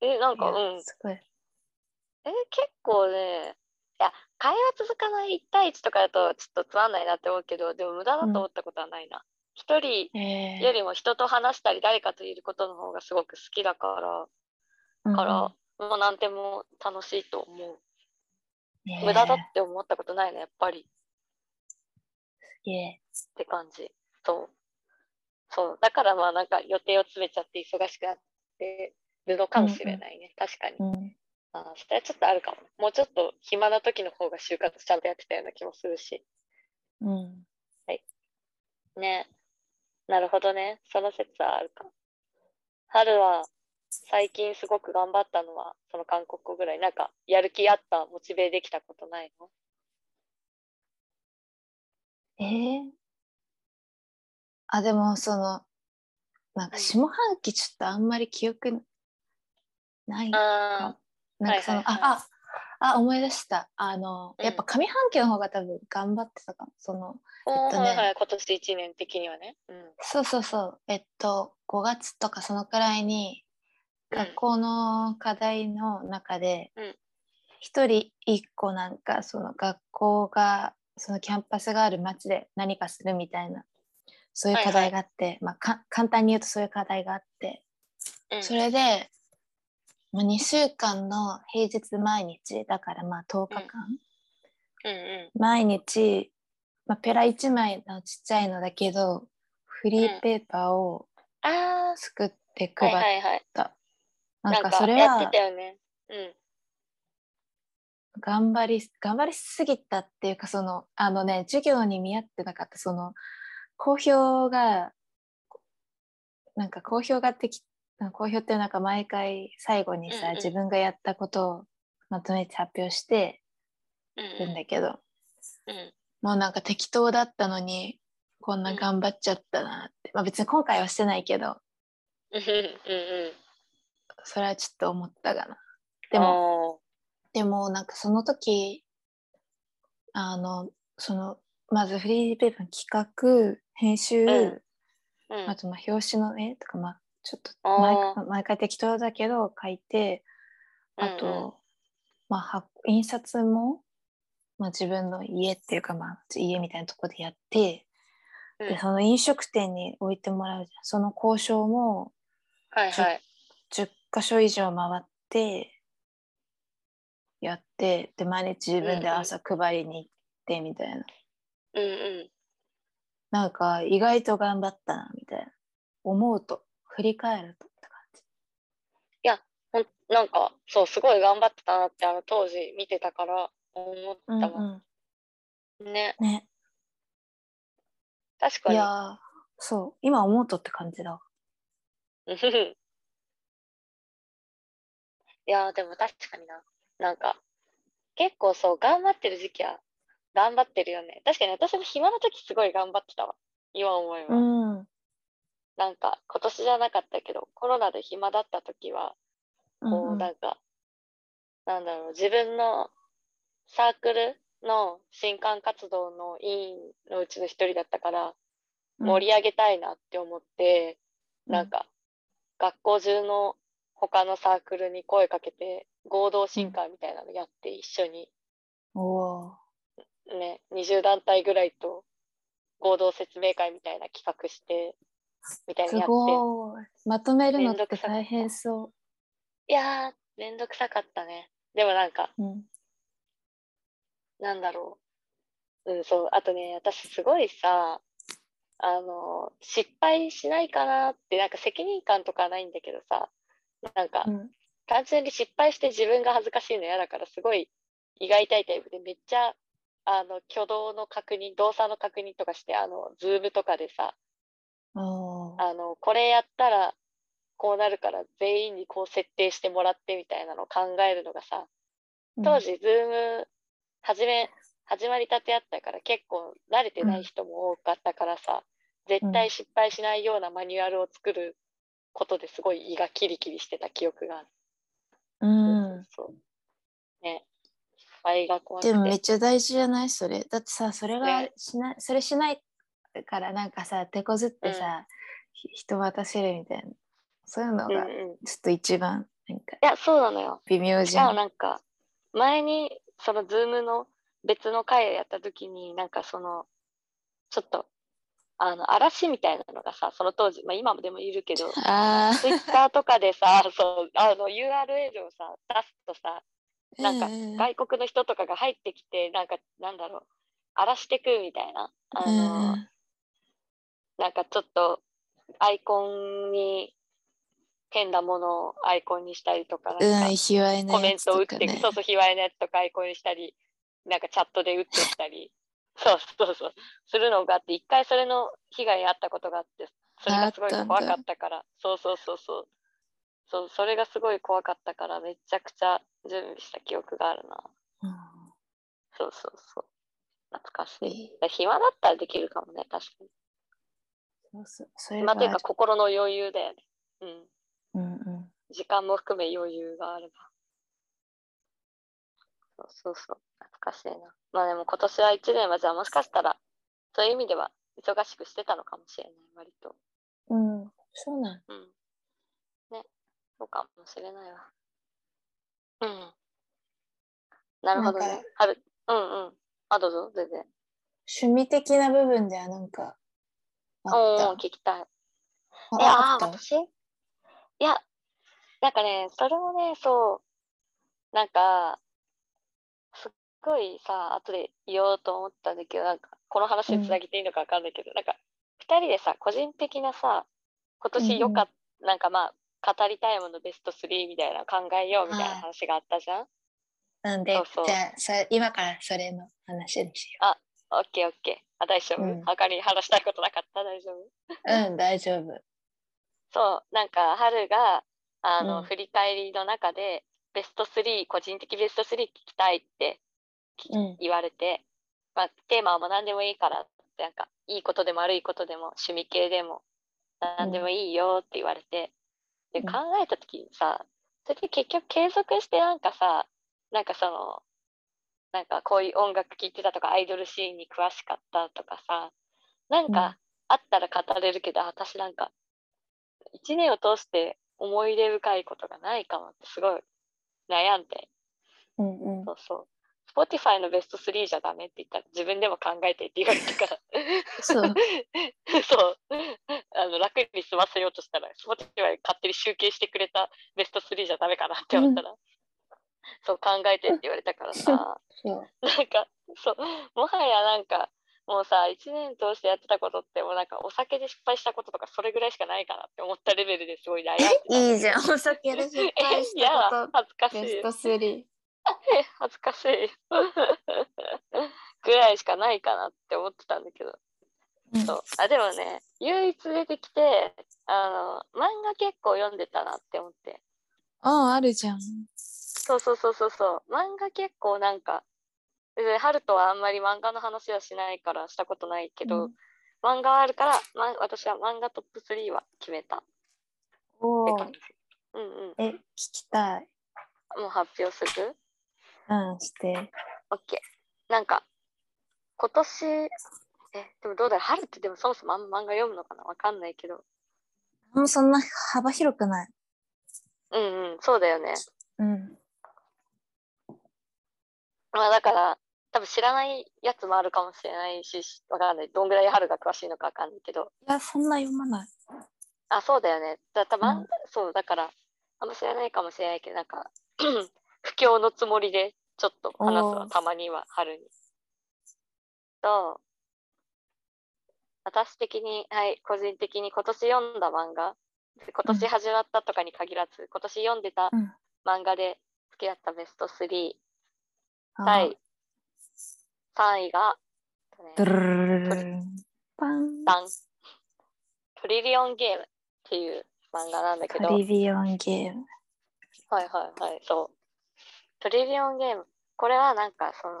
えなんかいやうんすごいえー結構ねいや会話続かない1対1とかだとちょっとつまんないなって思うけどでも無駄だと思ったことはないな、一人えよりも人と話したり誰かといることの方がすごく好きだから、ーからもう何でも楽しいと思うんううん無駄だっえーて思ったことないなやっぱりすげえって感じそうそうだからまあなんか予定を詰めちゃって忙しくなってるのかもしれないね、確かにうんあーそれはちょっとあるかももうちょっと暇な時の方が就活ちゃんとやってたような気もするしうんねなるほどねその説はあるか春は最近すごく頑張ったのはその韓国語ぐらいなんかやる気あったモチベできたことないのえー、あでもそのなんうかん下半期ちょっとあんまり記憶ないああなんかその、はいはいはいあああ思い出したあの、うんやっぱ上半期の方が多分頑張ってたかもそのおえっーとねはいはい今年一年的にはねうんそうそうそうえっと5月とかそのくらいに学校の課題の中でうん一、人一個なんかその学校がそのキャンパスがある町で何かするみたいなそういう課題があって、まあ、か簡単に言うとそういう課題があって、うんそれで、まあ、2週間の平日毎日だからまあ10日間、うんうん毎日、まあ、ペラ1枚のちっちゃいのだけどフリーペーパーをああ作っては配っいた、はいはいなんかそれやってはたよねうん頑張り頑張りすぎたっていうかそのあのね授業に見合ってなかったその公表がなんか公表ができ公表ってなんか毎回最後にさ、うんうん自分がやったことをまとめて発表してうんるんだけど、うんもうなんか適当だったのにこんな頑張っちゃったなって、まあ、別に今回はしてないけどうんうんうんそれはちょっと思ったかな。ででももでもなんかその時あのそのまずフリーペーパーの企画編集、うんうんあとまあ表紙の絵とかまあちょっとあ毎ー回毎回適当だけど書いてあと、うんうんまあ発印刷も、まあ、自分の家っていうかまあ家みたいなとこでやって、うんでその飲食店に置いてもらうじゃんその交渉もはいはい。 10箇所以上回ってやってで毎日自分で朝配りに行ってみたいな、うんうん。なんか意外と頑張ったなみたいな思うと振り返るとって感じほんなんか、そう、すごい頑張ってたなって、あの、当時見てたから思ったうんもんうね。ん、ね確いかに や。ーそう今思うとって感じだわうんふふいやーでも確かにな。なんか、結構そう、頑張ってる時期は、頑張ってるよね。確かに私も暇な時すごい頑張ってたわ。今思えば。うんなんか、今年じゃなかったけど、コロナで暇だった時は、こう、なんか、なんだろう、自分のサークルの新刊活動の委員のうちの一人だったから、盛り上げたいなって思って、なんか、学校中の他のサークルに声かけて、合同進会みたいなのやって、一緒にうんおーね、20団体ぐらいと合同説明会みたいな企画して、みたいなすのやって。ごいまとめるのめんどっくてさかった大変そいやー、めんどくさかったね。でもなんか、う、うん、なんだろう。うん、そう。あとね、私すごいさ、あの、失敗しないかなって、なんか責任感とかはないんだけどさ、なんか、うん単純に失敗して自分が恥ずかしいの嫌だからすごい胃が痛いタイプでめっちゃあの挙動の確認動作の確認とかしてあのズームとかでさおーあのこれやったらこうなるから全員にこう設定してもらってみたいなのを考えるのがさ当時ズーム始め始まりたてやったから結構慣れてない人も多かったからさ絶対失敗しないようなマニュアルを作ることですごい胃がキリキリしてた記憶があるうん、うんそうそう。ね。失敗が怖くて。でもめっちゃ大事じゃないそれだってさそれがねしない、それしないからなんかさ手こずってさ、ひ人渡せるみたいなそういうのうんうがちょん。っいと一番なんかや、そうなのよ。微妙しじかゃもん、なんか、前に、その、ズームの別の会をやった時に、なんかその、ちょっと、あの、嵐みたいなのがさ、その当時、まあ今もでもいるけ ど、あツイッターとかでさ、そう、あの、URL をさ、出すとさ、あ なんかうん外国の人とかが入ってきて、なんか、なんだろう、荒らしてくみたいな、あうの、んなんかちょっとアイコンに変なものをアイコンにしたりとかなんうん、か卑猥コなメやンつトを打っとて かいく、ねそうそう卑猥なやつとかアイコンにしたりなんかチャットで打ってきたり そうそうそうするのがあって一回それの被害に遭ったことがあってそれがすごいああったんだ怖かったからそうそうそうそうそうそれがすごい怖かったからめちゃくちゃ準備した記憶があるなそうそうそう懐かしうんいだから暇だったらできるかもね確かにそうそうそれまあ、というがか心の余裕だよね。うん。うんうん時間も含め余裕があれば。そうそうそう。懐かしいな。まあでも今年は1年はじゃあもしかしたら、そういう意味では忙しくしてたのかもしれない、割と。うん、そうなんうん。ね。そうかもしれないわ。うん。なるほどなんねか。ある。うんうん。あ、どうぞ、全然。趣味的な部分ではなんかあっおおー、た聞きたい。あいやあーった私いや、なんかね、それもね、そう、なんか、すっごいさ、後で言おうと思ったんだけど、なんか、この話につなげていいのかわかんないけど、なんか、二人でさ、個人的なさ、今年よかっなんかまあ、語りたいものベスト3みたいなの考えようみたいなはい話があったじゃん、なんでそうそうじゃあさ今からそれの話にしよオッケーオッケー。あ、大丈夫、うん他に話したいことなかった大丈夫ううん大丈夫そう、なんか、春が、あの、うん振り返りの中で、ベスト3、個人的ベスト3聞きたいってうん言われて、まあ、テーマはもう何でもいいからって、なんか、いいことでも悪いことでも、趣味系でも、何でもいいよって言われて、うで、ん考えた時にさ、それで結局継続してなんかさ、なんかその、なんかこういう音楽聴いてたとか、アイドルシーンに詳しかったとかさ、なんうんか、あったら語れるけど、私なんか、一年を通して思い出深いことがないかもってすごい悩んで、うんうんそうそう。 Spotify のベスト3じゃダメって言ったら自分でも考えてって言われたから そうそうあの楽に済ませようとしたら Spotify 勝手に集計してくれたベスト3じゃダメかなって思ったら、そう考えてって言われたからさそうなんかそうもはやなんかもうさ1年通してやってたことってもうなんかお酒で失敗したこととかそれぐらいしかないかなって思ったレベルですごい悩んでたいい じゃんお酒で失敗したえやこだ恥ずかしとベいスト3え 恥ずかしいぐらいしかないかなって思ってたんだけどうんそうあでもね唯一出てきてあの漫画結構読んでたなって思ってあああるじゃんそうそうそうそうそう漫画結構なんか別にハルトはあんまり漫画の話はしないからしたことないけど、うん漫画はあるから、ま、私は漫画トップ3は決めたってお感ーじうんうんえ聞きたいもう発表するうんして OK なんか今年えでもどうだろう春ってでもそもそもあんま漫画読むのかなわかんないけどもうそんな幅広くないうんうんそうだよねうんまあだから多分知らないやつもあるかもしれないしわかんないどんぐらい春が詳しいのかわかんないけどいやそんな読まないあそうだよねだ多分、うんそうだからあんま知らないかもしれないけどなんか 不況のつもりでちょっと話すおわーたまには春にと私的にはい個人的に今年読んだ漫画今年始まったとかに限らず、今年読んでたうん漫画で好きだったベスト3、あー第3位が、ドゥルルルルルルンパンダントリリオンゲームっていう漫画なんだけど、カはいリビアンゲームはいはい、そう。トリリオンゲーム、これはなんかその、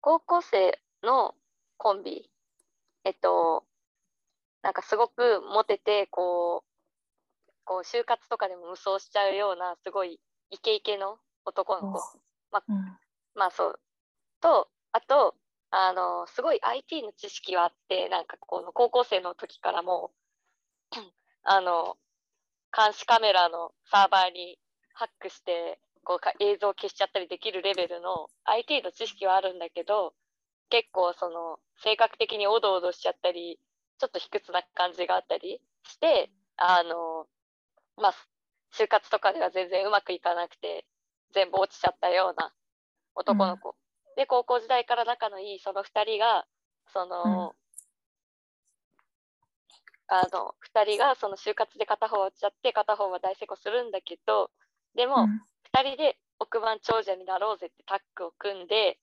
高校生のコンビ、えっと、なんかすごくモテて、こう、こう就活とかでも無双しちゃうような、すごいイケイケの男の子。うんまあそう。と、あと、あの、すごい IT の知識はあって、なんかこの高校生の時からもう、あの、監視カメラのサーバーにハックして、こうか映像を消しちゃったりできるレベルの IT の知識はあるんだけど、結構その性格的におどおどしちゃったり、ちょっと卑屈な感じがあったりして、あの、まあ、就活とかでは全然うまくいかなくて、全部落ちちゃったような男の子。で、高校時代から仲のいいその2人が、その、あの、2人がその就活で片方は落ちちゃって、片方は大成功するんだけど、でも、うん2人で億万長者になろうぜってタッグを組んで、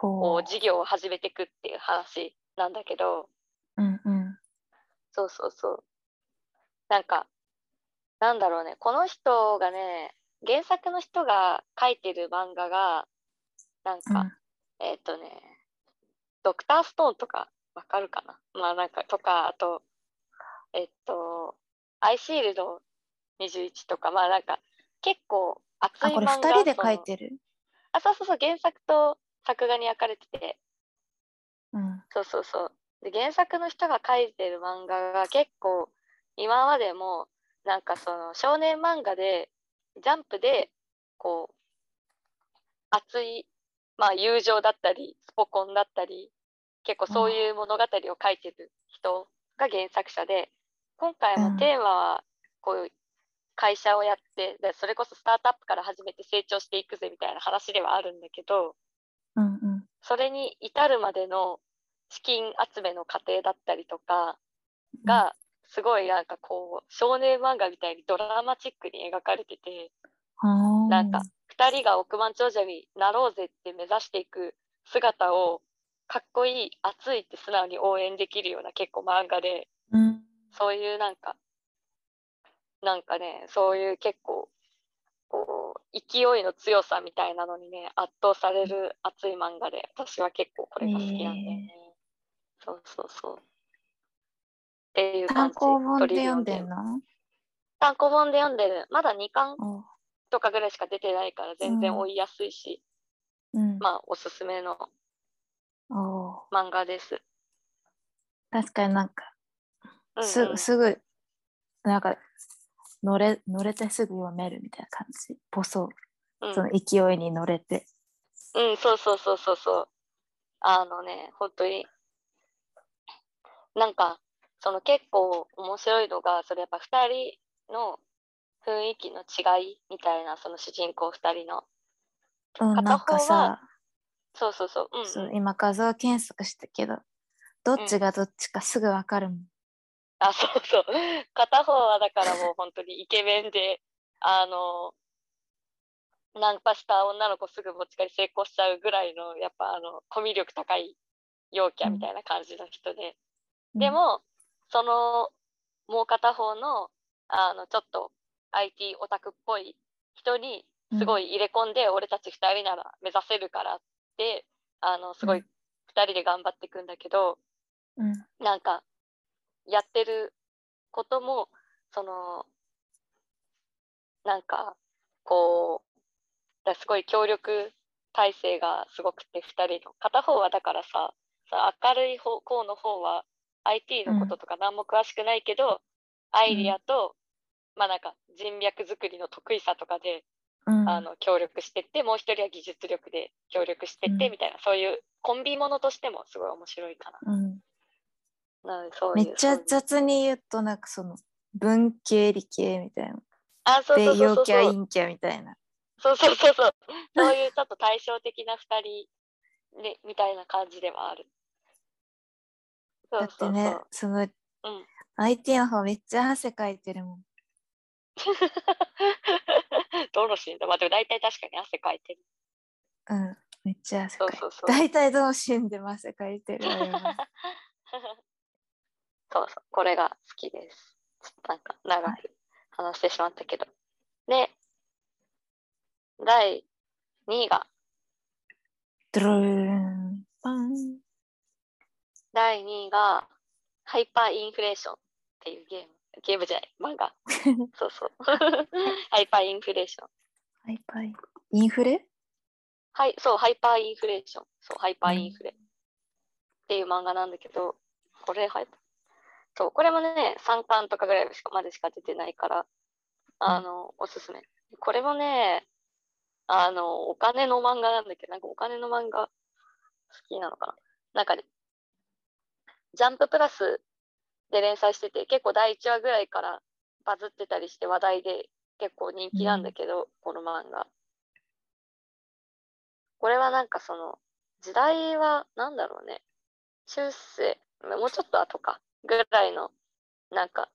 ほこうう事業を始めていくっていう話なんだけど、うんうんそうそうそう。なんか、なんだろうね、この人がね、原作の人が書いてる漫画が、なんうか、んえっ、とね、ドクターストーンとかわかるかなまあなんか、とか、あと、えっと、アイシールド21とか、まあなんか、結構熱あい漫これ画二人で書いる。てるあ、そうそうそう、原作と作画に分かれてて、うんそうそうそう。で、原作の人が書いてる漫画が結構、今までも、なんかその少年漫画で、ジャンプで、こう、熱い、まあ友情だったり、スポコンだったり、結構そういう物語を書いてる人が原作者で、今回うんもテーマは、こういう会社をやって、でそれこそスタートアップから始めて成長していくぜみたいな話ではあるんだけど、うんうんそれに至るまでの資金集めの過程だったりとかがすごいなんかこう少年漫画みたいにドラマチックに描かれててあーなんか2人が億万長者になろうぜって目指していく姿をかっこいい熱いって素直に応援できるような結構漫画でうんそういうなんかなんかねそういう結構こう勢いの強さみたいなのにね圧倒される熱い漫画で私は結構これが好きなんだよね。そうそうそう。っていう単感じ。行本トリでリオ読んンゲでーんムの単行本で読んでる。まだ2巻おとかぐらいしか出てないから全う然ん追いやすいし、うんまあおすすめのお漫画です。確かになんかうんうんすぐすぐなんか乗れ乗れてすぐ読めるみたいな感じぽそうううんその勢いに乗れて。うん、そうそうそうそうそう。あのね、本当に。なんか、その結構面白いのが、それやっぱ2人の雰囲気の違いみたいな、その主人公2人の。うん、片方はなんかさ、そうそうそう。うん、そう今画像検索したけど、どっちがどっちかすぐわかるもん。あ、そうそう。片方はだからもう本当にイケメンで、あの、ナンパした女の子すぐ持ち帰り成功しちゃうぐらいの、やっぱあの、コミュ力高い陽キャみたいな感じの人で。でも、そのもう片方のあのちょっと IT オタクっぽい人にうん、すごい、い入れ込んで、俺たち2人なら目指せるからってあのすごいうん2人で頑張っていくんだけど、うんなんかやってることもそのなんかこうだすごい協力体制がすごくて2人の片方はだからささ明るい方向の方は IT のこととか何も詳しくないけど、アイディアと、まあなんか人脈作りの得意さとかでうん、あの協力してってもう一人は技術力で協力してってうんみたいな、そういうコンビものとしてもすごい面白いかな。うん、なんかそうめいうっちゃそういう雑に言うとなんかその文系理系みたいなあそうそうでそうそ陽うキャ陰キャみたいなそうそうそうそうそういうちょっと対照的な2人でみたいな感じではある。そだうっそてうそう、 ねその IT の方めっちゃ汗かいてるもんどのシーンだまあでも大体確かに汗かいてる。うんめっちゃ汗かそういてるそうそう。 大体どのシーンでも汗かいてるわよそうそう、これが好きです。ちょっとなんか長く話してしまったけど。で、第2位が、ドローンパン第2位が、ハイパーインフレーションっていうゲーム。ゲームじゃない、漫画。そうそう。 ハイパーインフレーション。ハイパイインフレはい、そう、ハイパーインフレーション。そう、ハイパーインフレ。っていう漫画なんだけど、これ、ハイパー。そう、これもね、3巻とかぐらいしかまでしか出てないから、あの、おすすめ。これもね、あの、お金の漫画なんだけど、なんかお金の漫画好きなのかな。なんかね、ジャンププラスで連載してて、結構第1話ぐらいからバズってたりして話題で結構人気なんだけど、この漫画。これはなんかその、時代はなんだろうね、中世、もうちょっと後か、ぐらいの、なんか、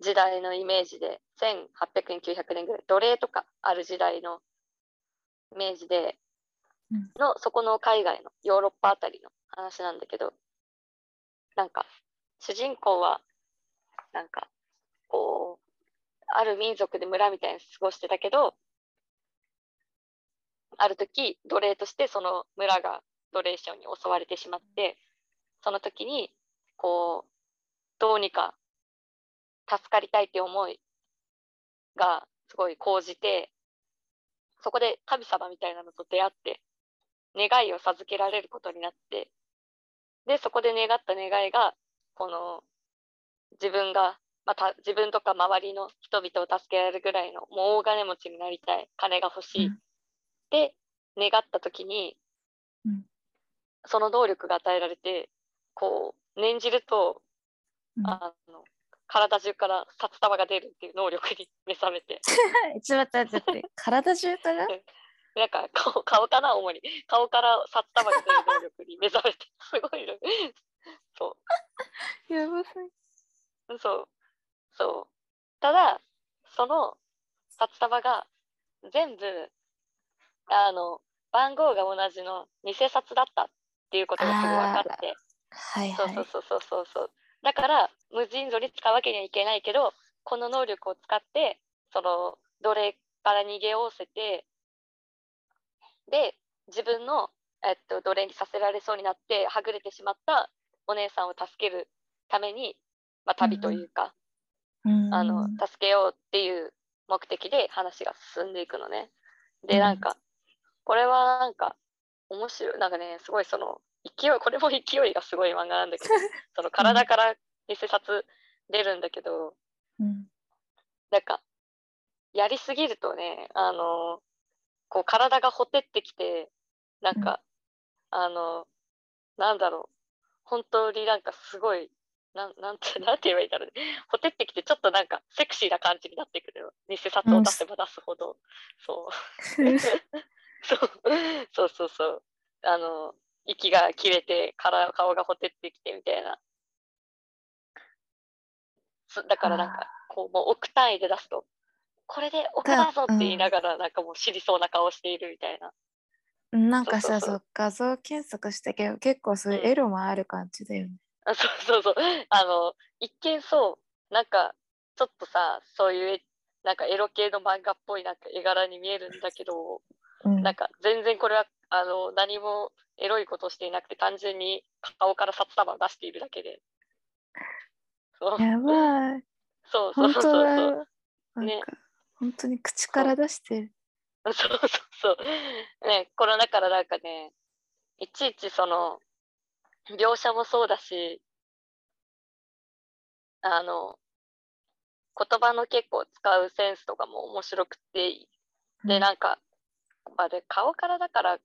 時代のイメージで、1800年、900年ぐらい、奴隷とかある時代のイメージでうん、の、そこの海外の、ヨーロッパあたりの話なんだけど、なんか、主人公は、なんか、こう、ある民族で村みたいに過ごしてたけど、ある時奴隷としてその村が奴隷商に襲われてしまってその時にこうどうにか助かりたいって思いがすごい高じてそこで神様みたいなのと出会って願いを授けられることになってでそこで願った願いがこの自分が、まあた自分とか周りの人々を助けられるぐらいのもう大金持ちになりたい金が欲しい、うんで願った時に、うんその能力が与えられてこう念じると、うんあの体中から札束が出るっていう能力に目覚めてちょっと待って待って体中 からなんか顔顔かな主に顔から札束が出る能力に目覚めてすごいのそうやばすそう。そう。ただ、その札束が全部、あの、番号が同じの偽札だったっていうことがすぐ分かって、はいそうはいそうそうそうそうそう。だから、無尽蔵に使うわけにはいけないけど、この能力を使って、その、奴隷から逃げおおせて、で、自分の、えっと、奴隷にさせられそうになって、はぐれてしまったお姉さんを助けるために、まあ、旅というか、うんあの助けようっていう目的で話が進んでいくのね。うでんなんかこれはなんか面白いなんかねすごいその勢いこれも勢いがすごい漫画な んだけどその体から偽札出るんだけど うんなんかやりすぎるとねあのこう体がほてってきてなんか、あのなんだろう本当になんかすごいなんなんて なんて言えばいいんだろうねほてってきてちょっとなんかセクシーな感じになってくるの偽札を出せば出すほど、そうそう そうそうそうあの息が切れてから顔がほてってきてみたいなそだからなんあーかこうもう億単位で出すとこれで億だぞって言いながらなんかもう知りそうな顔しているみたいな、なんかそうそさうそうそう画像検索したけど結構そういうエロもある感じだよね。あそうそうそうあの一見そうなんかちょっとさそういうなんかエロ系の漫画っぽいなんか絵柄に見えるんだけどうんなんか全然これはあの何もエロいことをしていなくて単純に顔から札束を出しているだけで。そうやばいそうそう本そ当うそうだよ。なんねか本当に口から出してる。そうそうそう。ね、コロナからなんかね、いちいちその、描写もそうだし、あの、言葉の結構使うセンスとかも面白くて、で、なんか、まあ、で顔からだから、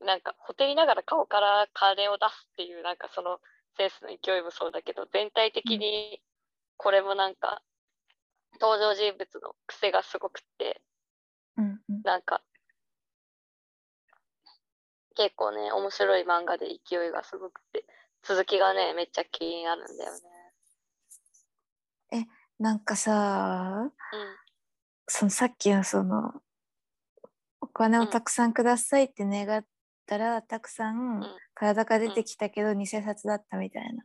なんか、ほてりながら顔から金を出すっていう、なんかそのセンスの勢いもそうだけど、全体的にこれもなんか、登場人物の癖がすごくって、うんうんなんか、結構ね、面白い漫画で勢いがすごくて、続きがね、めっちゃ気になるんだよね。なんかさそのさっきのそのお金をたくさんくださいって願ったらたくさんん体が出てきたけど偽札だったみたいな。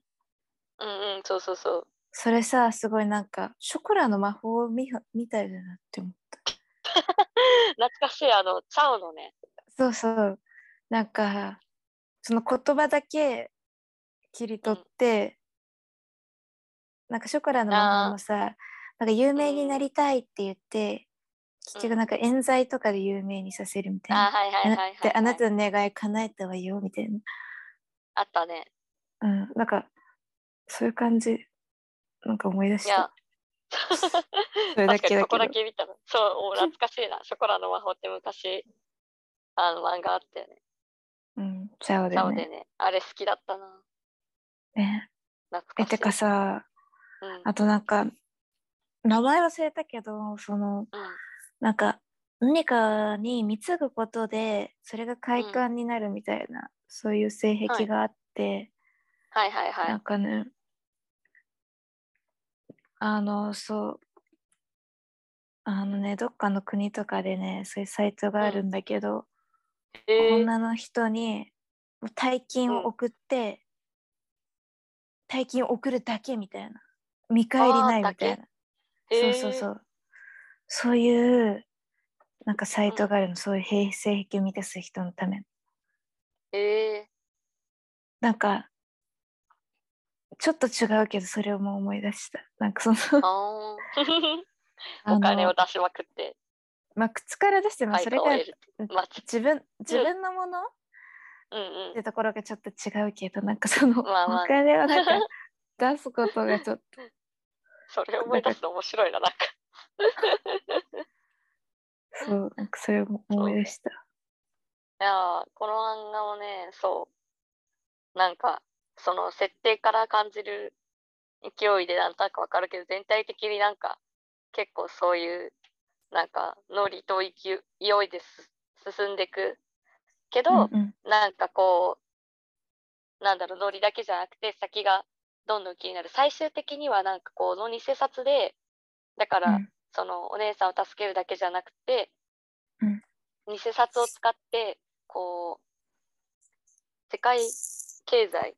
うん、うんうん、そうそうそう。それさすごいなんかショコラの魔法みみたいだなって思った。懐かしい、あの、チャオのね、そうそうなんかその言葉だけ切り取って、なんかショコラの魔法もさなんか有名になりたいって言って、結局なんか冤罪とかで有名にさせるみたいな。あ、はいはいはいはい、はい。であなたの願い叶えたわよみたいな、あったね。うん、なんかそういう感じなんか思い出しいやた。それだけだけど確かにそこだけ見たの。そう、お懐かしいな。ショコラの魔法って昔、あの漫画あったよね。うんちゃうチでャオねでね、あれ好きだったな。ねえ懐かしい。てかさうん、あとなんか名前忘れたけどそのうん、なんか何かに貢ぐことでそれが快感になるみたいな、そういう性はい癖があって、はいはいはい。なんかねあのそうあのねどっかの国とかでねそういうサイトがあるんだけど、えー女の人にもう大金を送って、大金を送るだけみたいな見返りないみたいなえーそうそうそう。そういう、なんかサイトがあるの、そういう平成癖を満たす人のための。えなんか、ちょっと違うけど、それをもう思い出した。なんかその、 ー、あーあお金をの出しまくって、まあ、口から出しても、はい、それ顔がを得る。まあ、つ自分、自分のものっうんうてん。ところがちょっと違うけど、なんかその、まあまあお金をなんか 出すことがちょっと、それを思い出すの面白いな、なんか。そう、なんかそれを思い出した。いやーこの漫画もね、そう、なんか、その設定から感じる勢いでなんとなくわかるけど、全体的になんか、結構そういう、なんか、ノリと勢い勢いです進んでいくけど、うんうんなんかこう、なんだろう、ノリだけじゃなくて、先がどんどん気になる。最終的には、なんかこの偽札で、だから、うんそのお姉さんを助けるだけじゃなくて、うん偽札を使って、こう、世界経済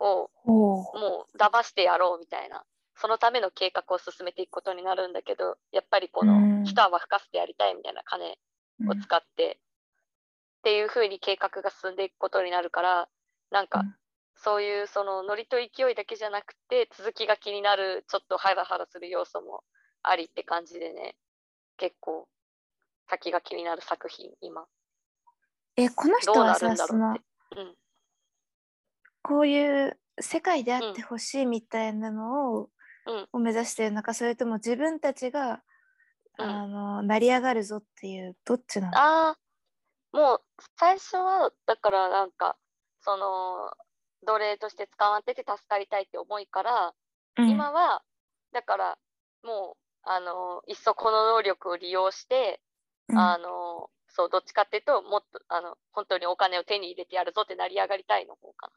をほうもう騙してやろうみたいな、そのための計画を進めていくことになるんだけど、やっぱりこうんの、一泡吹かせてやりたいみたいな金うをん使って、っていう風に計画が進んでいくことになるからなんかうんそういうそのノリと勢いだけじゃなくて続きが気になるちょっとハラハラする要素もありって感じでね結構先が気になる作品今え、この人どうはなるさ、んだそろうのっ、て。うんこういう世界であってほしいみたいなのを,、うんを目指してるのかそれとも自分たちがうんあの成り上がるぞっていうどっちなのああ、もう最初はだからなんかその奴隷として捕まってて助かりたいって思いから、うん今はだからもうあのいっそこの能力を利用して、うんあのそうどっちかっていうともっとあの本当にお金を手に入れてやるぞって成り上がりたいの方か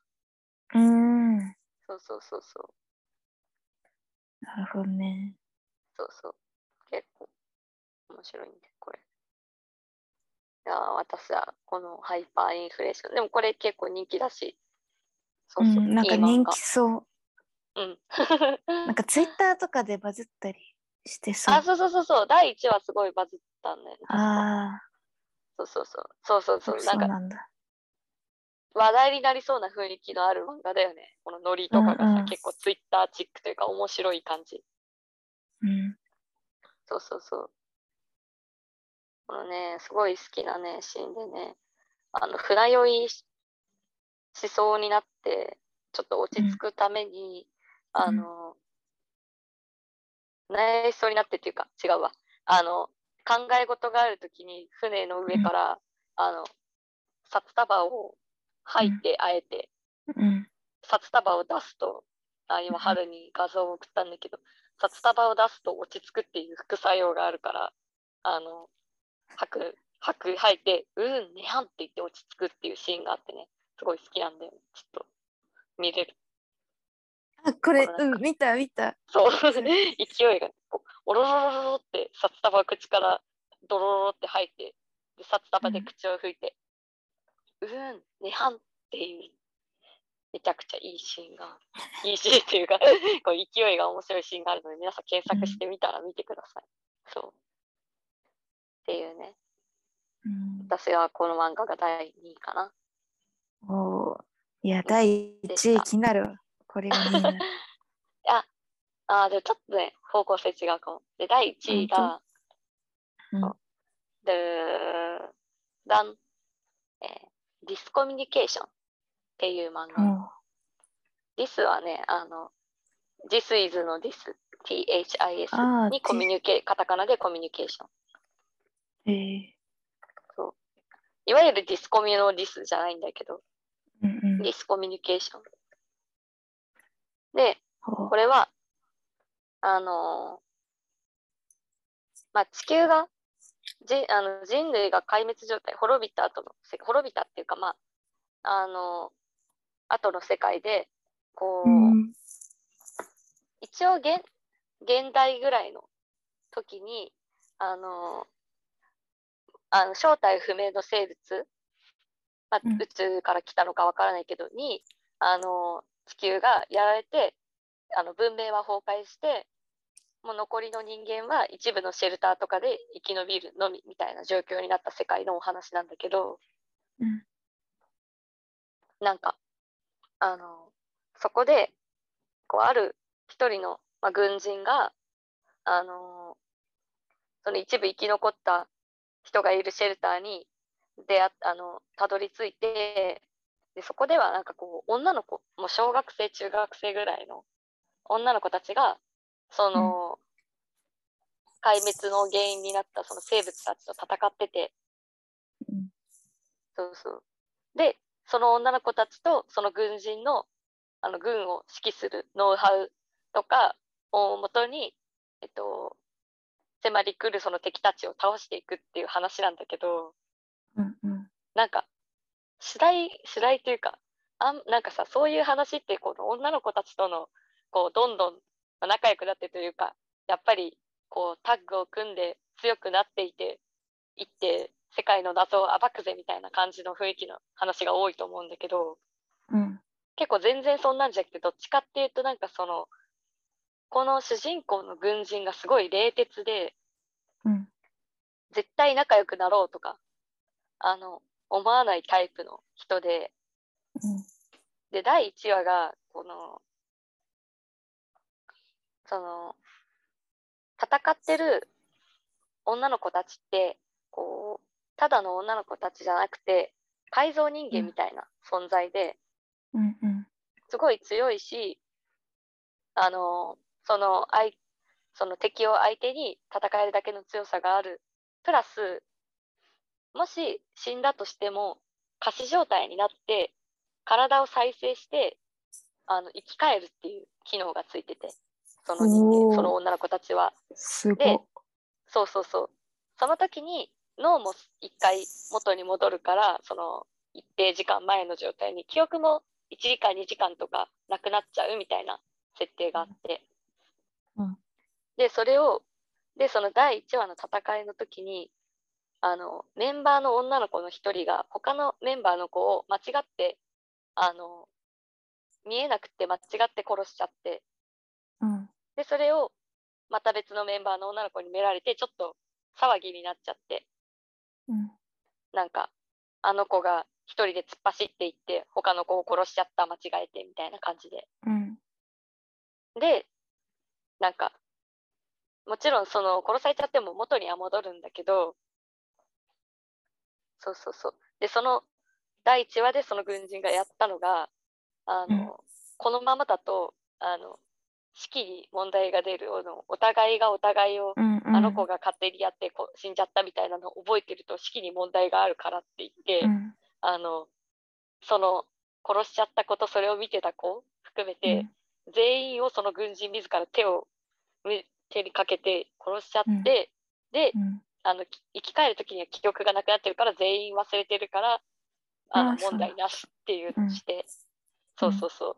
うんなな。そうそうそうそうるほどねそうそう結構面白いんでこれ。いやー私はこのハイパーインフレーションでもこれ結構人気だし。そううそう、ん、なんいかい漫人画気そううん。 なんかツイッターとかでバズったりしてそうあ、そうそうそうそう。第1話すごいバズったんだよね。あそうそうそう。そうそうーそそうう。なんかなんだ話題になりそうな雰囲気のある漫画だよね。このノリとかがさ、うんうん結構ツイッターチックというか面白い感じ。うんそうそうそう。このね、すごい好きなね、シーンでね、あの、船酔いししそうになって、ちょっと落ち着くために、んあの、悩みそうになってっていうか、違うわ。あの、考え事があるときに、船の上から、あの、札束を吐いて、あえて、うん札束を出すと、あ今、春に画像を送ったんだけど、札束を出すと落ち着くっていう副作用があるから、あの、吐く、吐く、吐いて、うん、ねはんって言って落ち着くっていうシーンがあってね、すごい好きなんだよね。ちょっと、見れる。あこれこれうなんかん見た見たそう、そ勢いが、こうおろろろろろって札束を口からドロロロって吐いて、で札束で口を拭いて、うん、ねはんっていう、めちゃくちゃいいシーンが、いいシーンっていうか、 こう勢いが面白いシーンがあるので、皆さん検索してみたら見てください。そう。っていうね、うん私はこの漫画が第2位かな。おーいや第で一し位た気になるわこれが2位になるああ、でもちょっとね、方向性違うかも。で、第1位が、うんそうで、ダン、えーディスコミュニケーションって いう漫画。おーディスはね、あの、This is の This、あ THIS ーにコミュニケー、カタカナでコミュニケーション。えーいわゆるディスコミュのディスじゃないんだけど、うんうんディスコミュニケーション。で、おこれは、あのーまあ、地球が、じあの人類が壊滅状態、滅びた後の世、滅びたっていうか、まあ、あのー後の世界で、こう、うん一応現、現代ぐらいの時に、あのーあの正体不明の生物、まあうん宇宙から来たのかわからないけど、に、あのー地球がやられて、あの文明は崩壊してもう残りの人間は一部のシェルターとかで生き延びるのみみたいな状況になった世界のお話なんだけどうんなんかあのそこでこうある一人の、まあ、軍人があのその一部生き残った人がいるシェルターに出会っあのたどり着いてでそこではなんかこう女の子もう小学生中学生ぐらいの女の子たちがその、壊滅の原因になったその生物たちと戦ってて、うんそうそうでその女の子たちとその軍人のあの軍を指揮するノウハウとかをもとに、えっと、迫り来るその敵たちを倒していくっていう話なんだけどうんうんなんか次第次第というかあんなんかさそういう話ってこの女の子たちとのこうどんどんまあ仲良くなってというかやっぱりこうタッグを組んで強くなっていていって世界の謎を暴くぜみたいな感じの雰囲気の話が多いと思うんだけどうん結構全然そんなんじゃなくてどっちかっていうとなんかそのこの主人公の軍人がすごい冷徹でうん絶対仲良くなろうとかあの思わないタイプの人で。うんで第1話がこのその戦ってる女の子たちってこうただの女の子たちじゃなくて改造人間みたいな存在でうんうんすごい強いしあのそのあいその敵を相手に戦えるだけの強さがあるプラスもし死んだとしても仮死状態になって体を再生してあの生き返るっていう機能がついててその人おー間その女の子たちはすごでい。そうそうそうその時に脳も一回元に戻るからその一定時間前の状態に記憶も1時間2時間とかなくなっちゃうみたいな設定があって、うんでそれをでその第1話の戦いの時にあのメンバーの女の子の一人が他のメンバーの子を間違ってあの見えなくて間違って殺しちゃってうん。でそれをまた別のメンバーの女の子に見られてちょっと騒ぎになっちゃってうん。なんかあの子が一人で突っ走っていって他の子を殺しちゃった間違えてみたいな感じでうん。でなんかもちろんその殺されちゃっても元には戻るんだけどそうそうそうでその第1話でその軍人がやったのがあの、うんこのままだとあの式に問題が出るあのお互いがお互いをうん。あの子が勝手にやってこ死んじゃったみたいなのを覚えてると式に問題があるからって言って、うん。あのその殺しちゃった子とそれを見てた子含めて、全員をその軍人自ら手をむ手にかけて殺しちゃって、うんでうん。あのき生き返る時には記憶がなくなってるから全員忘れてるからあのあーそう問題なしっていううのんをして、そうそうそう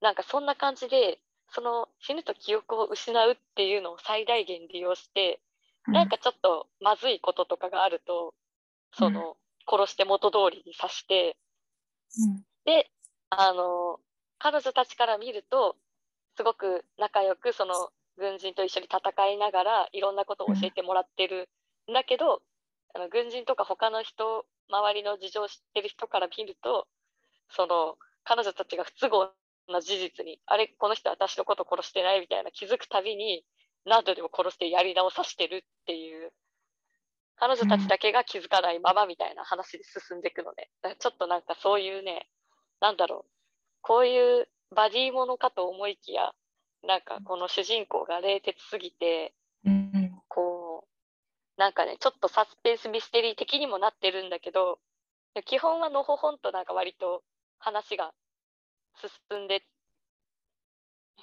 なんかそんな感じでその死ぬと記憶を失うっていうのを最大限利用してうなん、かちょっとまずいこととかがあるとその殺して元通りにさしてうん。であの彼女たちから見るとすごく仲良くその軍人と一緒に戦いながらいろんなことを教えてもらってるんだけどあの軍人とか他の人周りの事情を知ってる人から見るとその彼女たちが不都合な事実にあれこの人私のこと殺してないみたいな気づくたびに何度でも殺してやり直さしてるっていう彼女たちだけが気づかないままみたいな話で進んでいくのねだからちょっとなんかそういうねなんだろうこういうバディものかと思いきやなんかこの主人公が冷徹すぎてうん。こうなんかねちょっとサスペンスミステリー的にもなってるんだけど基本はのほほんとなんか割と話が進んで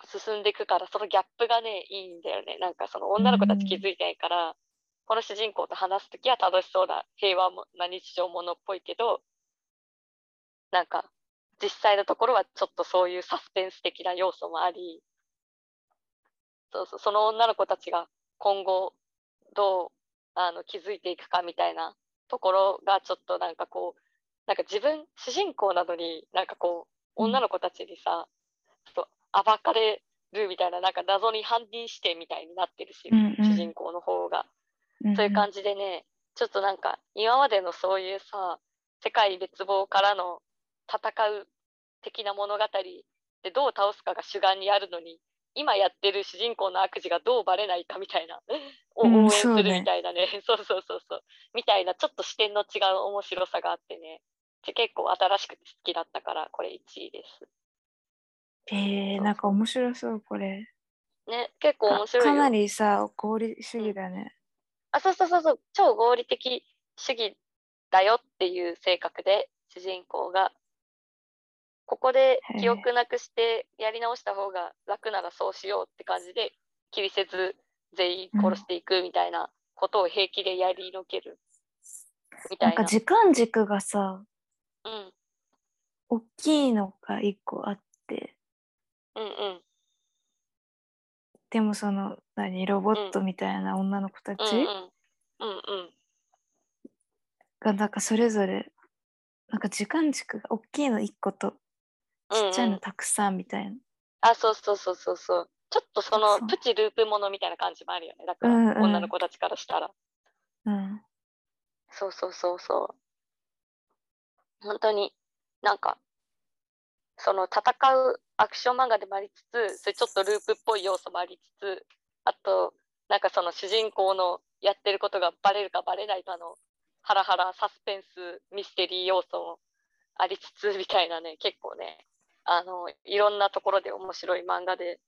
進んでいくからそのギャップがねいいんだよねなんかその女の子たち気づいてないから、この主人公と話す時は楽しそうな平和もな日常ものっぽいけどなんか実際のところはちょっとそういうサスペンス的な要素もありそうそうその女の子たちが今後どうあの気づいていくかみたいなところがちょっとなんかこうなんか自分主人公なのになんかうんこう女の子たちにさちょっと暴かれるみたいななんか謎に犯人視点みたいになってるし、うんうん主人公の方が。そういう感じでね、ちょっとなんか今までのそういうさ世界滅亡からの戦う的な物語でどう倒すかが主眼にあるのに今やってる主人公の悪事がどうバレないかみたいなをうん応援すそうるねみたいなね,、そう そうそうそうみたいなちょっと視点の違う面白さがあってねで結構新しくて好きだったからこれ1位です。じ。えー、なんか面白そう、これ。ね結構面白いよかなりさ、合理主義だね。あ、そうそうそうそう、超合理的主義だよっていう性格で、主人公が。ここでへえ記憶なくしてやり直した方が楽ならそうしようって感じで、気にせず全員殺していくみたいなことを平気でやりのける。みたなんいな。か時間軸がさ、うん、大きいのが一個あって、うん、うん、でもその、何、ロボットみたいな女の子たちうん、うん。うんうん、が、なんかそれぞれ、なんか時間軸が大きいの一個と、ちっちゃいうんうのんたくさんみたいな。あ、そうそうそうそうそう。ちょっとそのそうプチループものみたいな感じもあるよね。だから、うんうん女の子たちからしたら。うん。そうそうそうそう。本当になんか、その戦うアクション漫画でもありつつ、それちょっとループっぽい要素もありつつ、あと、なんかその主人公のやってることがバレるかバレないかのハラハラサスペンスミステリー要素もありつつみたいなね、結構ね、あの、いろんなところで面白い漫画で、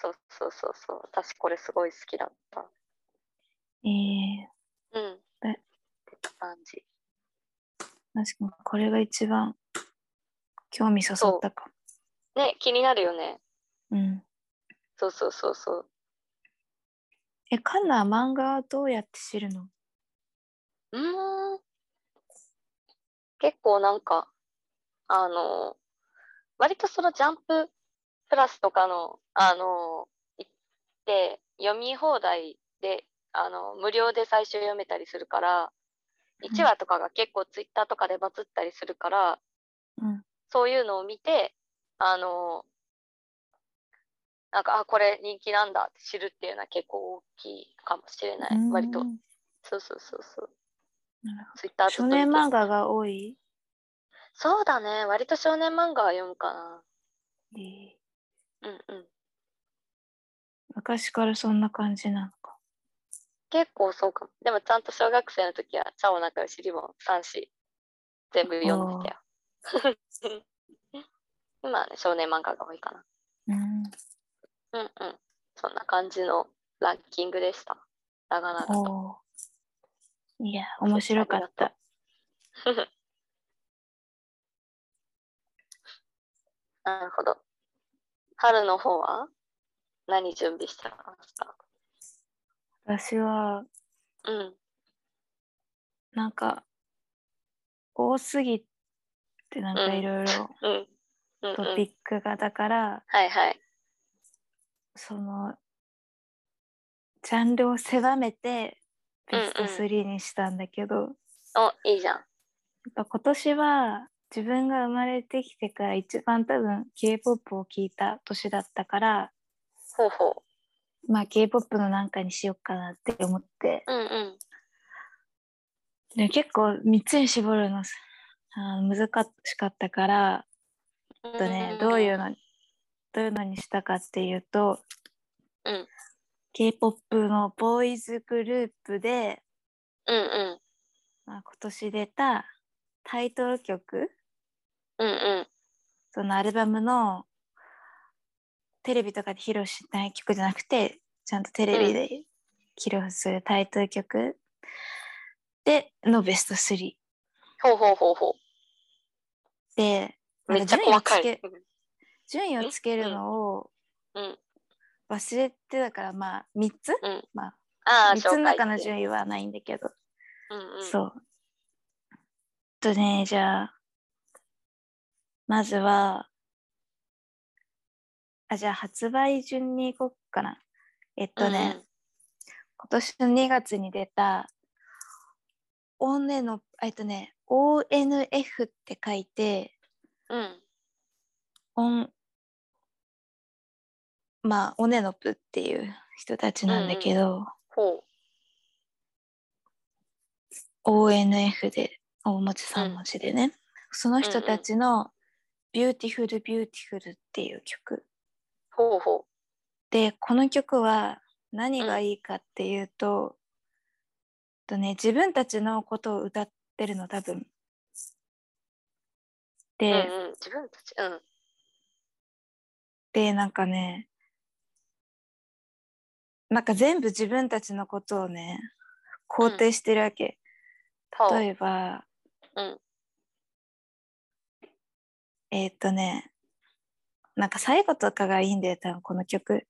そうそうそうそう。私これすごい好きだった。ええうん。え感じ。確かにこれが一番興味そそったかね、気になるよね。も。うん。そうそうそうそう。え、カンナは漫画はどうやって知るのうーん。結構なんか、あの、割とそのジャンププラスとかの、あの、行って読み放題で、あの、無料で最初読めたりするから、ん1話とかが結構ツイッターとかでバズったりするから、うん。そういうのを見て、あの、なんか、あ、これ人気なんだって知るっていうのは結構大きいかもしれなうい。ん割と。そうそうそうそう。なるほツイッターどずっと少見て年漫画が多い。そうだね。割と少年漫画は読むかな。ええうんうん。昔からそんな感じなのか。結構そうかも。でもちゃんと小学生の時は、チャオ仲良しリボン3子全部読んでたよ。 今はね、少年漫画が多いかうん。な。うんうん。そんな感じのランキングでした。長々と。おお。いや、面白かった。なるほど。春の方は何準備してますか私は、うん。なんか、多すぎて、なんかうんいろいろうん。うん、トうピん。ックが、だから、はいはい。その、ジャンルを狭めて、ベストうんうん3にしたんだけど、お、いいじゃん。やっぱ今年は自分が生まれてきてから一番多分 K-POP を聴いた年だったから、ほうほまあ K-POP のなんかにしようかなって思って、う。うんうん。で結構3つに絞るのすあー難しかったから、えっとね、どういうの、どういうのにしたかっていうと、うん K-POP のボーイズグループで、うんうん。まあ、今年出たタイトル曲うんうん。そのアルバムのテレビとかで披露しない曲じゃなくてちゃんとテレビで披露するタイトル曲でのベスト3ほうほうほうほでう。なんめっか順位をつちゃ細かいけ。順位をつけるのをうんうん。忘れてたからまあ3つ、うんまあ、ああ、 3つの中の紹介して順位はないんだけど、うんうん。そう。えっとねじゃあまずはあじゃあ発売順に行こうかな。えっとね、うんうん今年の2月に出た、オンネの、えっとね、ONF って書いて、うん。オン、まあ、オネノプっていう人たちなんだけど、ほ ONF で、大文字三文字でね、その人たちの、ビューティフルビューティフルっていう曲。う。ほうほで、この曲は何がいいかっていうと、とね、自分たちのことを歌ってるの、多分。う。で、うんうん。自分たち。うん。でなんかねなんか全部自分たちのことをね肯定してるわけ、ほう。例えば、うんえーっとねなんか最後とかがいいんだよ多分この曲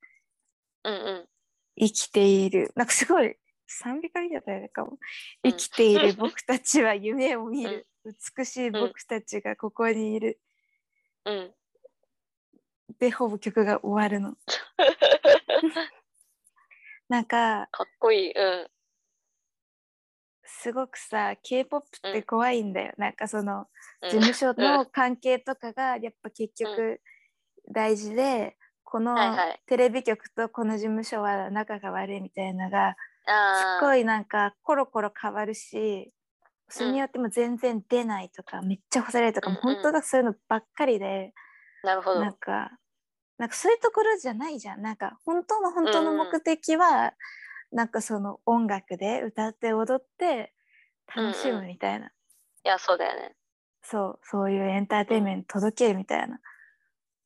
うんうん。 「生きている」なんかすごい賛美歌みたいだったかも「うん生きてい る僕たちは夢を見る、美しい僕たちがここにいる」うん。でほぼ曲が終わるの なんかかっこいい。うん。すごくさ K-POP って怖いんだよ、なんかそのうん事務所の関係とかがやっぱ結局大事で、このはいはいテレビ局とこの事務所は仲が悪いみたいなのがすあっあ。ごいなんかコロコロ変わるしそれによっても全然出ないとか、めっちゃ干されるとか、うんうん本当だそういうのばっかりで、なるほど。うなんんかなんかそういうところじゃないじゃんなんか本当の本当のうんうん目的は、なんかその音楽で歌って踊って楽しうんうむんみたいな、いや、そうだよね。そうそういうエンターテインメント届けるみたいな、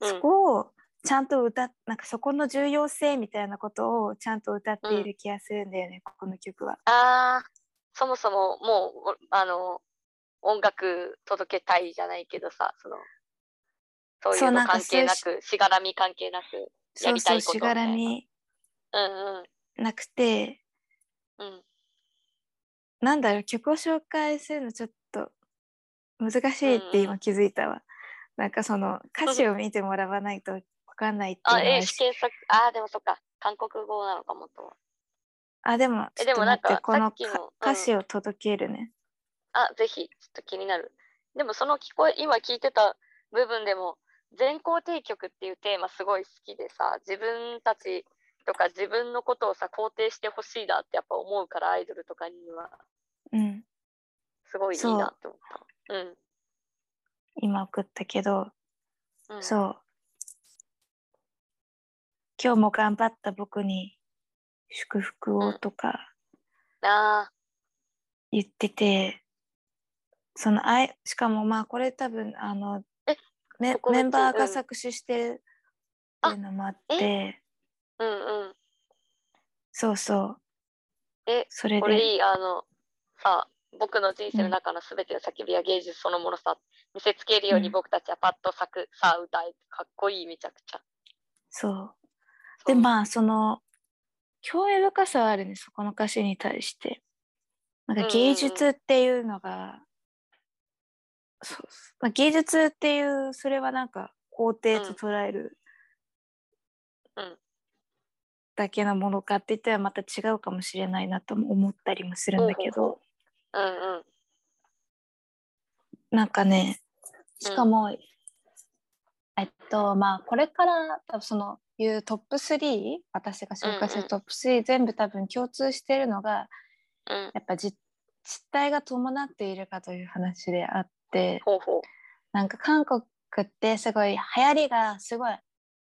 うんそこをちゃんと歌っなんかそこの重要性みたいなことをちゃんと歌っている気がするんだよね、ここの曲は。ああ、そもそももう、おあの、音楽届けたいじゃないけどさ、その、そういそううなんのか関係なそく、しがらみ関係なく。やそうりたそいうことしみがたいならみうんなくてうんうん。なんだろう曲を紹介するのちょっと難しいって今気づいたわ。なんかその歌詞を見てもらわないと分かんないっていうのあ、はえ、試験作、ああ、でもそっか、韓国語なのかもとも。あでもちえょっと待っでもなんてかこのさっきのかうん歌詞を届けるね。あ、ぜひ、ちょっと気になる。でもその聞こえ、今聞いてた部分でも、全肯定曲っていうテーマすごい好きでさ、自分たちとか自分のことをさ、肯定してほしいなってやっぱ思うから、アイドルとかには、うん、すごいいいなって思った。うん。今送ったけど、うん、う。そう。今日も頑張った僕に祝福をとかあ言ってて、そのあいしかもまあこれ多分あのえメ特別メンバーうがん作詞してるっていうのもあって、あ、うんうん。そうそう。えそれこでれいいあのさ僕の人生の中の全ての叫びや芸術そのものさ、見せつけるよううにん僕たちはパッと咲く、さあ歌えかっこいいめちゃくちゃそう。そでうまあその興味深さはあるねそこの歌詞に対して。なんかうんうんうん芸術っていうのが、そうまあ、芸術っていうそれはなんか肯定と捉える、うんだけのものかって言ったらまた違うかもしれないなとも思ったりもするんだけど、ほうほうんうんなんかねしかも、えっとまあこれから多分そのいうトップ3私が紹介すうんうるんトップ3、全部多分共通してるのがうんやっぱ実実態が伴っているかという話であってほうほうなんか韓国ってすごい流行りがすごい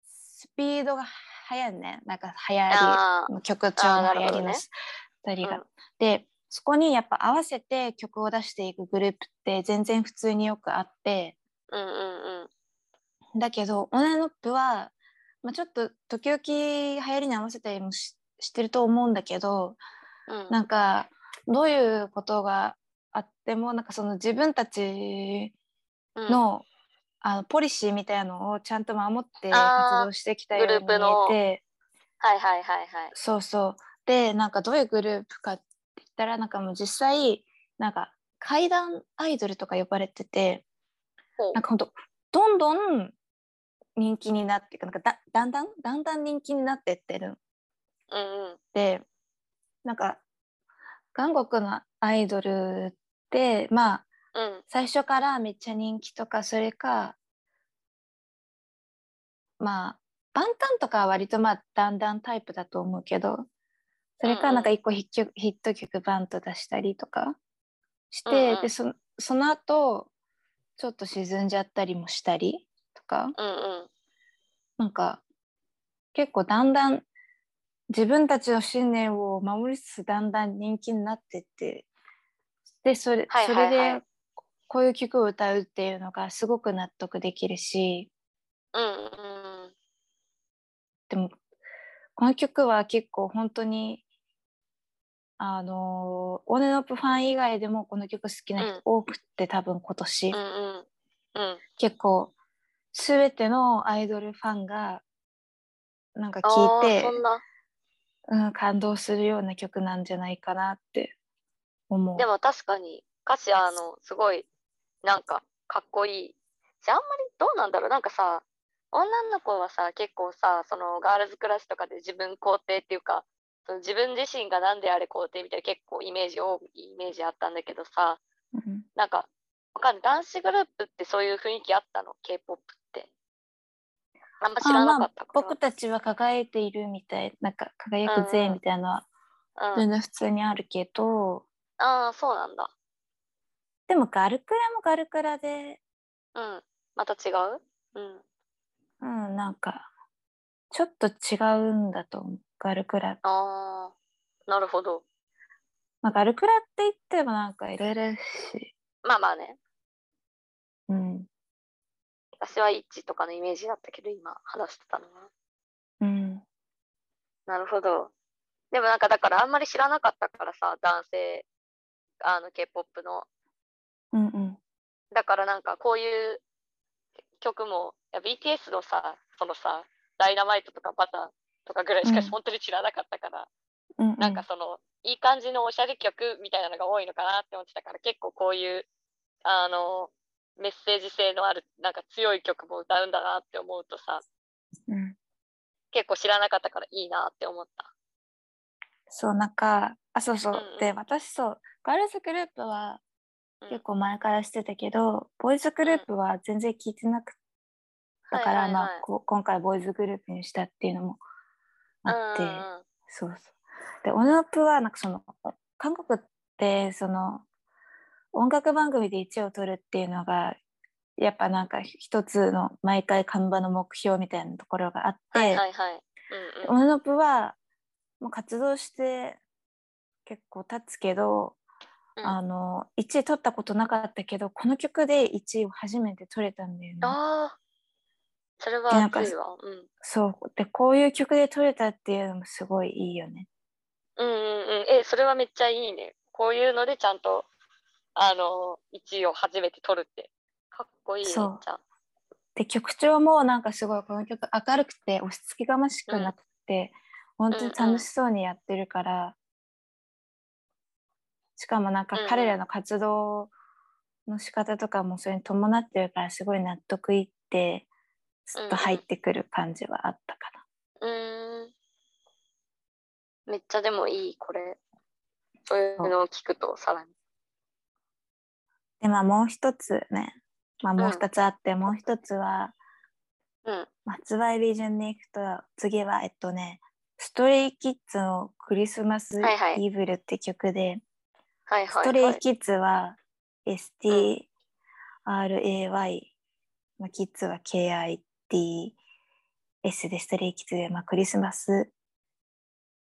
スピードが速いねなんか流行あり曲調の流行りのあーなるほどね2人が。うんでそこにやっぱ合わせて曲を出していくグループって全然普通によくあってーうんうんうんだけどオナノップは、まあ、ちょっと時々流行りに合わせたりもししてると思うんだけどうんなんかどういうことがあってもなんかその自分たちうんの,、あのポリシーみたいなのをちゃんと守ってあー活動してきたようにグ見ループのえてはいはいはいはいそうそうでなんかどういうグループかって言ったらなんかもう実際なんか怪談アイドルとか呼ばれててほうなんかほんとどんどん人気になっていくなんかだだんだんだんだん人気になってってるうんうんでなんか韓国のアイドルってまあうん最初からめっちゃ人気とかそれかまあ万端とかは割とまあだんだんタイプだと思うけどそれからなんか一個ヒッ曲ヒット曲バンと出したりとかして、うんうんでそその後ちょっと沈んじゃったりもしたりとかうんうんなんか結構だんだん自分たちの信念を守りつつだんだん人気になってってでそれ,、はいはいはいそれでこういう曲を歌うっていうのがすごく納得できるしうんうんでもこの曲は結構本当にあのオネノップファン以外でもこの曲好きな人多くって、多分今年、うんうんうん結構全てのアイドルファンがなんか聞いてあーそんなうん、感動するような曲なんじゃないかなって思う。でも確かに歌詞あのすごいなんかかっこいいじゃあんまりどうなんだろうなんかさ女の子はさ結構さそのガールズクラスとかで自分肯定っていうかその自分自身が何であれ肯定みたいな結構イメージ多いイメージあったんだけどさうんなんかわかんない男子グループってそういう雰囲気あったの k p o p ってあんま知らなかったから僕たちは輝いているみたいなんか輝くぜうんみたいなのはうん、全然普通にあるけど、ああそうなんだでもガルクラもガルクラで、うんまた違ううんうん、なんかちょっと違うんだと思うガルクラ、ああなるほどまあ、ガルクラって言ってもなんかいろいろあるし、まあまあねうん、私は1とかのイメージだったけど、今話してたのは。うん。なるほど。でもなんかだからあんまり知らなかったからさ、男性、あの K-POP の。うんうん。だからなんかこういう曲も、いや BTS のさ、そのさ、ダイナマイトとかバターとかぐらいしかうん本当に知らなかったから、うんうん、なんかその、いい感じのおしゃれ曲みたいなのが多いのかなって思ってたから、結構こういう、あの、メッセージ性のある、なんか強い曲も歌うんだなって思うとさ、うん、結構知らなかったからいいなって思った。そうなんかあそうそう、うんうんで私そうガールズグループはうん結構前からしてたけど、ボーイズグループは全然聞いてなくて、だから、はいはいはいまあこ今回ボーイズグループにしたっていうのもあって、うんうんうんそうそうでオノプはなんかその韓国ってその音楽番組で1位を取るっていうのがやっぱなんか一つの毎回看板の目標みたいなところがあって、はいはいはい。うんオノプはもう活動して結構経つけど、うんあの1位取ったことなかったけどこの曲で1位を初めて取れたんだよね。ああ、それはなんか熱いわ。うん。そうでこういう曲で取れたっていうのもすごいいいよね。うんうんうん。え、それはめっちゃいいね。こういうのでちゃんと、あの、1位を初めて取るって。かっこいいね、そうめっちゃ。で曲調もなんかすごいこの曲明るくて押し付けがましくなくて、本当に楽しそうにやってるから、しかもなんかうんうん彼らの活動の仕方とかもそれに伴ってるからすごい納得いってすっと入ってくる感じはあったかうーん。めっちゃでもいい、これ。そういうのを聞くと、さらに。な。でまあもう一つね、まあ、もううん二つあって、もう一つはうん。発売日順に行くと次はえっとねストレイキッズの「クリスマス・はいはいイブル」って曲で。はいスはトい、はレイい。キッズは STRAY、まあ、キッズは KIDS でストレイキッズで、まあ、クリスマス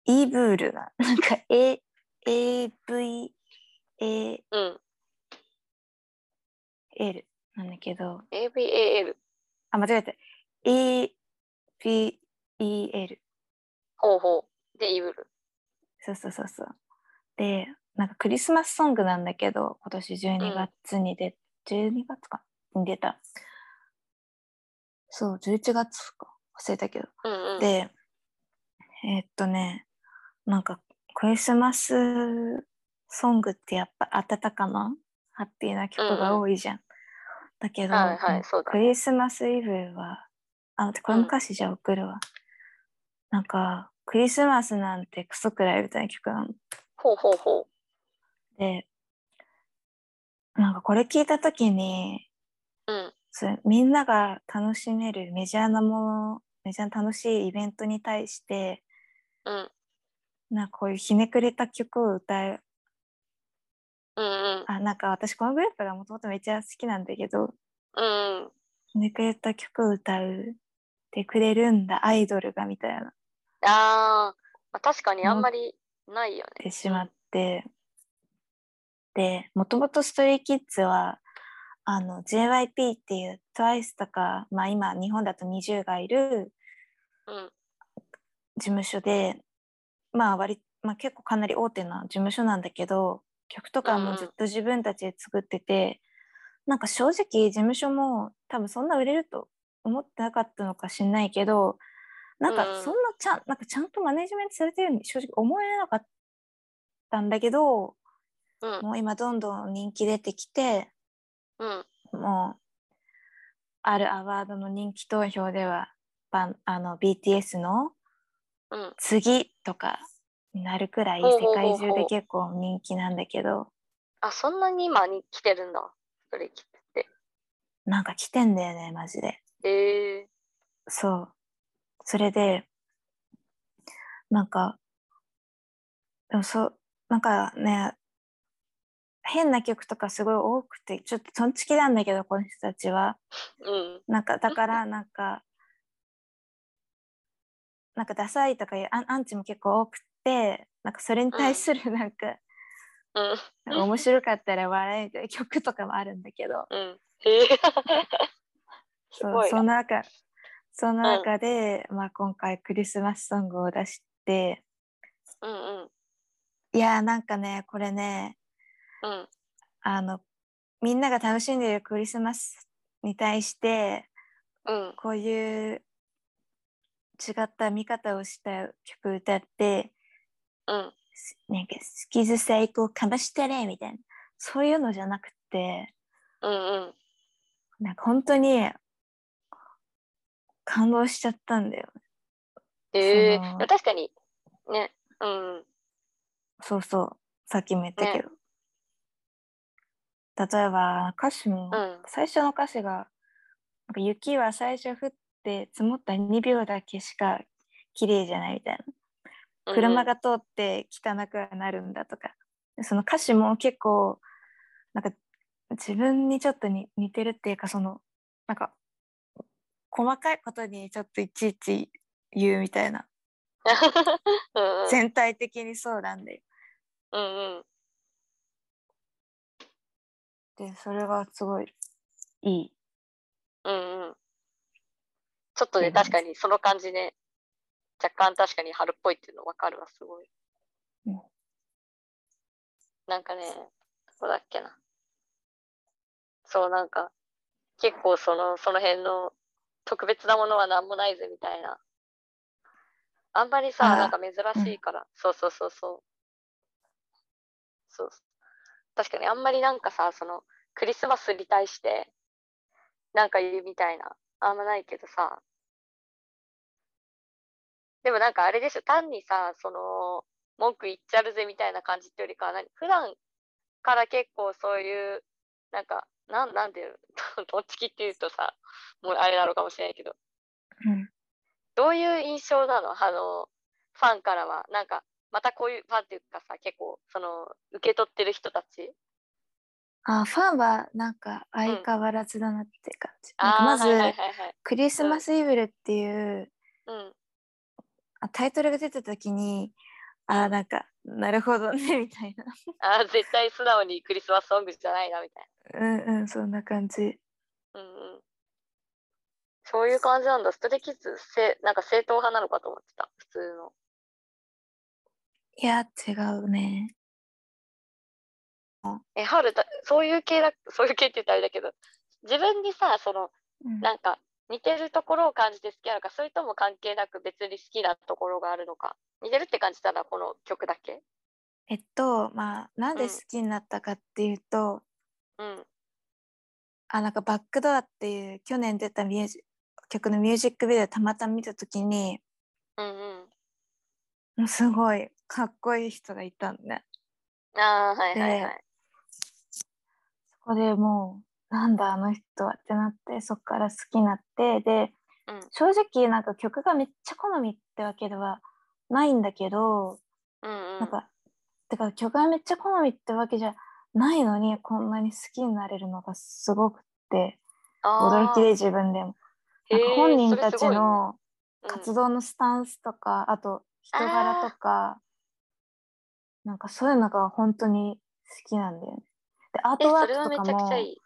イブールがなんか A- AVAL うん。なんだけど ABAL。あ間違えた ABEL ほうほう。で、イブル。そうそうそうそう。で、なんかクリスマスソングなんだけど、今年12月に出、12月かに出た。そう、11月か。忘れたけど。うんうん。、で、えーっとね、なんかクリスマスソングってやっぱ温かなハッピーな曲が多いじゃん。だけど、はいはいうんそうだクねリスマスイブは、あ、待ってこれも歌詞じゃあ送るわ。なんか、クリスマスなんてクソくらいみたいな曲なの。ほうほうほう。で、なんかこれ聞いたときに、うん。それみんなが楽しめるメジャーなもの、メジャーな楽しいイベントに対して、うん。なんかこういうひねくれた曲を歌ううんうん。あなんか私このグループがもともとめっちゃ好きなんだけどうんうん。ひねくれた曲を歌うってくれるんだアイドルがみたいなあー、まあ、確かにあんまりないよってね。しまってでもともとストレイキッズはあの JYP っていう TWICE とか、まあ、今日本だと20がいるうん。事務所でまあ割、まあ、結構かなり大手な事務所なんだけど曲とかうんうもんずっと自分たちで作ってて、なんか正直事務所も多分そんな売れると思ってなかったのかしんないけどなんかうんうんそんなちゃん,、なんかちゃんとマネジメントされてるように正直思えなかったんだけどうん。もう今どんどん人気出てきてうん。もうあるアワードの人気投票ではバンあの BTS のうん。次とかになるくらいほうほ世うほうほ界う中で結構人気なんだけどあ、そんなに今に来てるんだ。それ来てなんか来てんだよねマジでて。えそうそれでなんかでもそうなんかね変な曲とかすごい多くてちょっととんちきなんだけどこの人たちはー、うん。なんかだからなんかなんかダサいとかいうアンアンチも結構多くてなんかそれに対するなんか、うん。なんか面白かったら笑える曲とかもあるんだけどうん。えー、すそうごいな。その中その中で、まあ、今回クリスマスソングを出してうんうんいやーなんかねこれねうんあのみんなが楽しんでいるクリスマスに対してうんこういう違った見方をした曲歌ってうんすなんかスキズ成功かましてれみたいなそういうのじゃなくてうんうん。なんか本当に感動しちゃったんだよええそのー、確かにね、うんうんそうそうさっきも言ったけど、例えば歌詞も、うん最初の歌詞が「なんか雪は最初降って積もった2秒だけしか綺麗じゃない」みたいなうん。車が通って汚くはなるんだとか、その歌詞も結構なんか自分にちょっとに似てるっていうかそのなんか細かいことにちょっといちいち言うみたいな、うんうん全体的にそうなんでうんうん。でそれがすごいいいうんうん。ちょっとね、そうなんで確すかにその感じね、若干確かに春っぽいっていうの分かるわ、すごい。うんなんかね、どこだっけな。そう、なんか、結構その、その辺の特別なものは何もないぜみたいな。あんまりあさ、ーなんか珍しいから、そうそうそうそう。そう。確かにあんまりなんかさ、その、クリスマスに対して、なんか言うみたいな、あんまないけどさ。でもなんかあれでしょ、単にさ、その、文句言っちゃるぜみたいな感じってよりかは、何普段から結構そういう、なんか、なん、なんていうの、 どっちきっていうとさ、もうあれなのかもしれないけど、うんどういう印象なのあの、ファンからは、なんか、またこういうファンっていうかさ、結構、その、受け取ってる人たち。あファンはなんか相変わらずだなって感じ、なんかあまあー、ず、はいはいはいはい。クリスマスイブル」っていううん。あタイトルが出た時にあーなんかなるほどねみたいなああ、 絶対素直にクリスマスソングじゃないな、みたいうんうんそんな感じな。うんうん。そういう感じなんだ。ストレイキッズ、せなんか正統派なのかと思ってた。普通の。いや違うねえ、ハルた、そういう系だ、そういう系って言ったらあれだけど、自分にさ、その、うんなんか似てるところを感じて好きなのかそれとも関係なく別に好きなところがあるのか似てるって感じたらこの曲だけえっとまあなんうでん好きになったかっていうと、うんあなんか「バックドア」っていう去年出たミュージ曲のミュージックビデオたまたま見た時にうんうんもうすごいかっこいい人がいたんねああはいはいではいそこでもうなんだあの人はってなってそっから好きになってでうん正直なんか曲がめっちゃ好みってわけではないんだけど、うんうんなんかてか曲がめっちゃ好みってわけじゃないのにこんなに好きになれるのがすごくって驚きで自分でも、なんか本人たちの活動動のスタンスとか、あと人柄とかなんかそういうのが本当に好きなんだよね。でアーえトワーそクれとはめちかゃくもちゃいい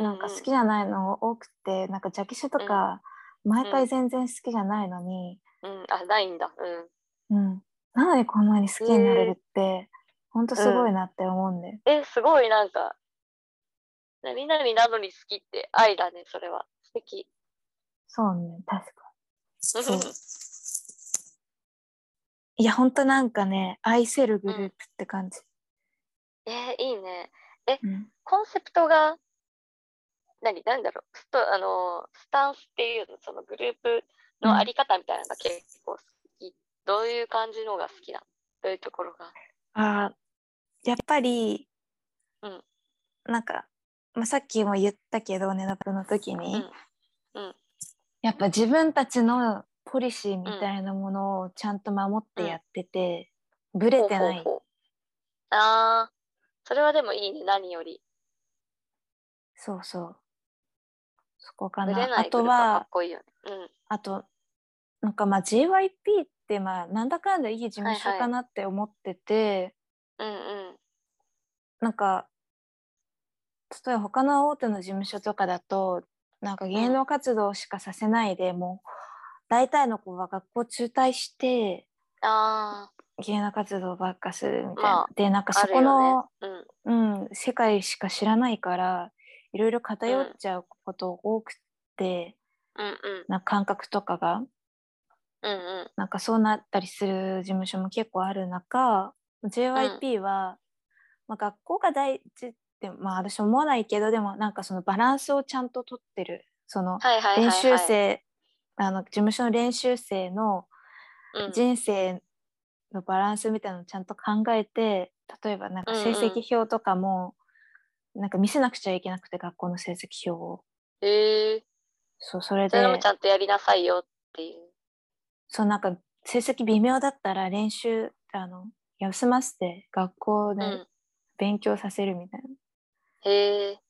なんか好きじゃないの多くてなんかジャケ写とか毎回全然好きじゃないのに、うん、うん、あないんだうんうん、なのにこんなに好きになれるって、ほんとすごいなって思うんだよ。えすごいなんか何々なのに好きって愛だねそれは素敵。そうね、確かに。そういや、ほんとなんかね、愛せるグループって感じ。 えーいいねうん。コンセプトが何何だろうストあのースタンスっていうのそのグループのあり方みたいなのが結構好き、どういう感じのが好きなのどういうところがあーやっぱり、うんなんか、まあ、さっきも言ったけど、ねナプの時に、うんうんやっぱ自分たちのポリシーみたいなものをちゃんと守ってやってて、ブレてないほうほうほうあーそれはでもいいね何よりそうそう。そこかぶれないな。あグとループかっは、こいいよねうんあと、なんかまあ JYP ってまあなんだかんだいい事務所はいはいかなって思ってて、うんうんなんか、例えば他の大手の事務所とかだと、なんか芸能活動しかさせないで、もう大体の子は学校中退してあ芸能活動ばっかするみたいな、まあでなんかあ、あそるこよの、ね。うん。うん、世界しか知らないからいろいろ偏っちゃうこと多くて、うんうん。なんか感覚とかがうんうん。なんかそうなったりする事務所も結構ある中 JYP は、まあ、学校が大事って、まあ、私思わないけどでもなんかそのバランスをちゃんと取ってるそのはいはいはい、はい。練習生、あの事務所の練習生のうん。人生のバランスみたいなのをちゃんと考えて例えばなんか成績表とかも、なんか見せなくちゃいけなくて学校の成績表をへえそうそれそでれもちゃんとやりなさいよっていう。そうなんか成績微妙だったら練習あの休ませて学校うでん。勉強させるみたいな、へえ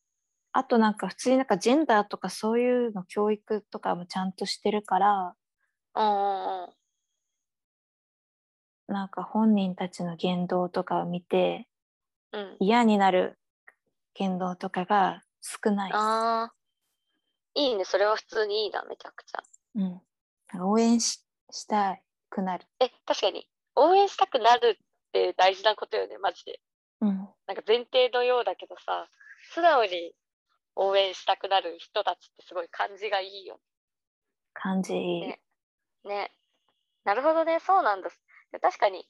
あとなんか普通になんかジェンダーとかそういうの教育とかもちゃんとしてるからうんうんうん。なんか本人たちの言動とかを見てうん。嫌になる言動とかが少ないですああ。いいね。それは普通にいいな、めちゃくちゃ。うん、なんか応援ししたくなる、え、確かに。応援したくなるって大事なことよね、マジで。うん、なんか前提のようだけどさ、素直に応援したくなる人たちってすごい感じがいいよ感じ、ねね。なるほどね、そうなんです。で確かに、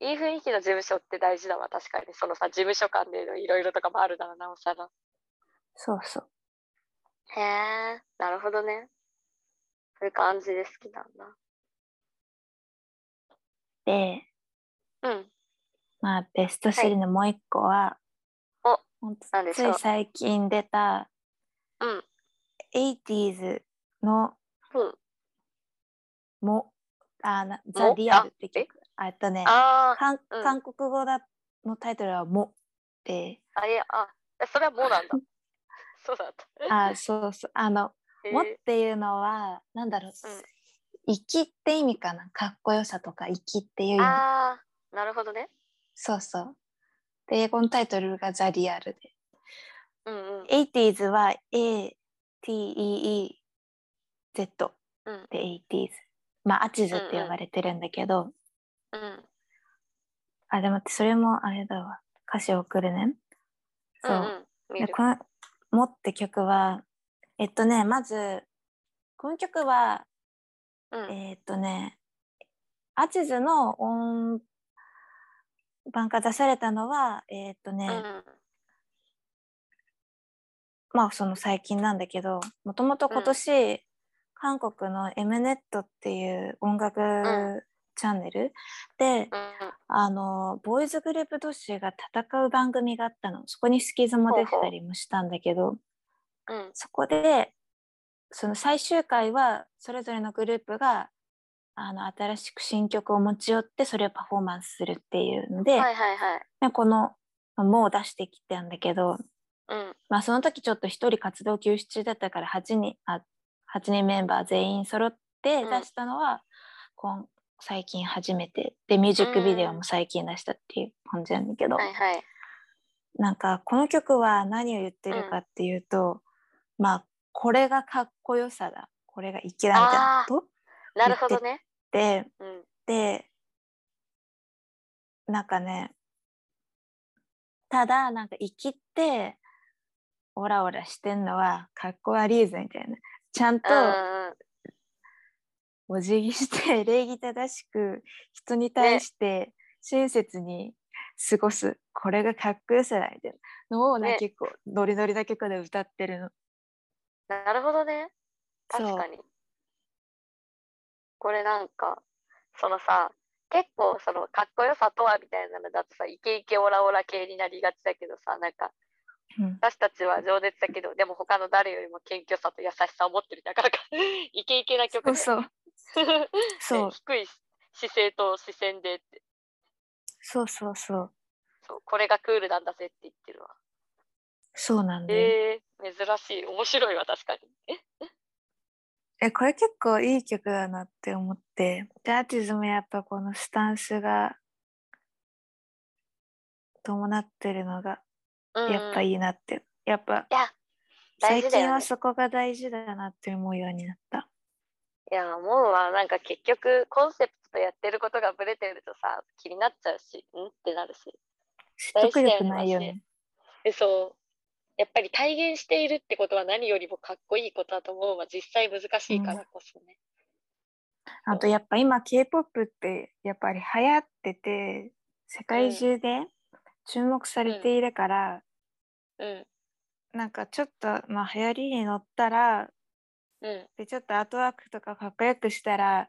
いい雰囲気の事務所って大事だわ、確かに。そのさ、事務所間でのいろいろとかもあるなら、なおさら。そうそうへえ、なるほどね。そういう感じで好きなんでだ。うん。まあベストシリーズのもう一個は、おほんと何でしつょいう最近出たうん。 80s のうん。もあなザ・リアルって曲あえっとねあー韓うん韓国語だのタイトルは「も」であ、いや、あ、えそれはも うなんだ。そうだった。あそうそうあの「へも」っえていうのはなんだろう、生きって意味かなかっこよさとか生きっていう意味ああ、なるほどね。そうそうで英語のタイトルが「ザ・リアル」でうんうん。 80s は ATEEZ うんで 80s まあアチズって呼ばれてるんだけど、うん。あでもそれもあれだわ歌詞送るねそう、んん。見でるこの「も」って曲はえっとねまずこの曲はうん。えっとねアチズの音版が出されたのはえっとね、うん。まあその最近なんだけどもともと今年、韓国の Mnet っていう音楽んチャンネルで、うん。あのボーイズグループ同士が戦う番組があったのそこにスキズも出てたりもしたんだけどうん。そこでその最終回はそれぞれのグループがあの新しく新曲を持ち寄ってそれをパフォーマンスするっていうので、はいはいはい。でこの「も」を出してきたんだけど、うん。まあ、その時ちょっと1人活動休止中だったから8人あ8人メンバー全員揃ってうん出したのは、今最近初めてでミュージックビデオも最近出したっていう感じなんだけど、はいはい。なんかこの曲は何を言ってるかっていうと、まあこれがかっこよさだこれが生きだみたいなことなるほどね。でうん。でなんかねただなんか生きってオラオラしてんのはかっこ悪いぞみたいなちゃんとうんうんお辞儀して 礼儀正しく人に対して親切に過ごす、これがかっこよさだみたいなのをなんかね結構ノリノリな曲で歌ってるの。なるほどね。そう確かに。これなんか、そのさ、結構そのかっこよさとはみたいなのだとさ、イケイケオラオラ系になりがちだけどさ、なんかうん私たちは情熱だけど、でも他の誰よりも謙虚さと優しさを持ってるなかなか イケイケな曲そうでそうそうね 低い姿勢と視線でってそうそうそうそう、これがクールなんだぜって言ってるわ。そうなんだよ、えー、珍しい、面白いわ、確かに。えこれ結構いい曲だなって思ってでアーティズもやっぱこのスタンスが伴ってるのがやっぱいいいなって、やっぱや、最大事だ近よはね。そこが大事だなって思うようになった。いや、思うわ。なんか結局、コンセプトとやってることがブレてるとさ、気になっちゃうし、んってなるし。説得力ないよね。でそうやっぱり体現しているってことは何よりもかっこいいことだと思うわ実際難しいからこそね、あとやっぱ今 K-POP ってやっぱり流行ってて世界中で注目されているから、うんなんかちょっとまあ流行りに乗ったらうんでちょっとアートワークとかかっこよくしたら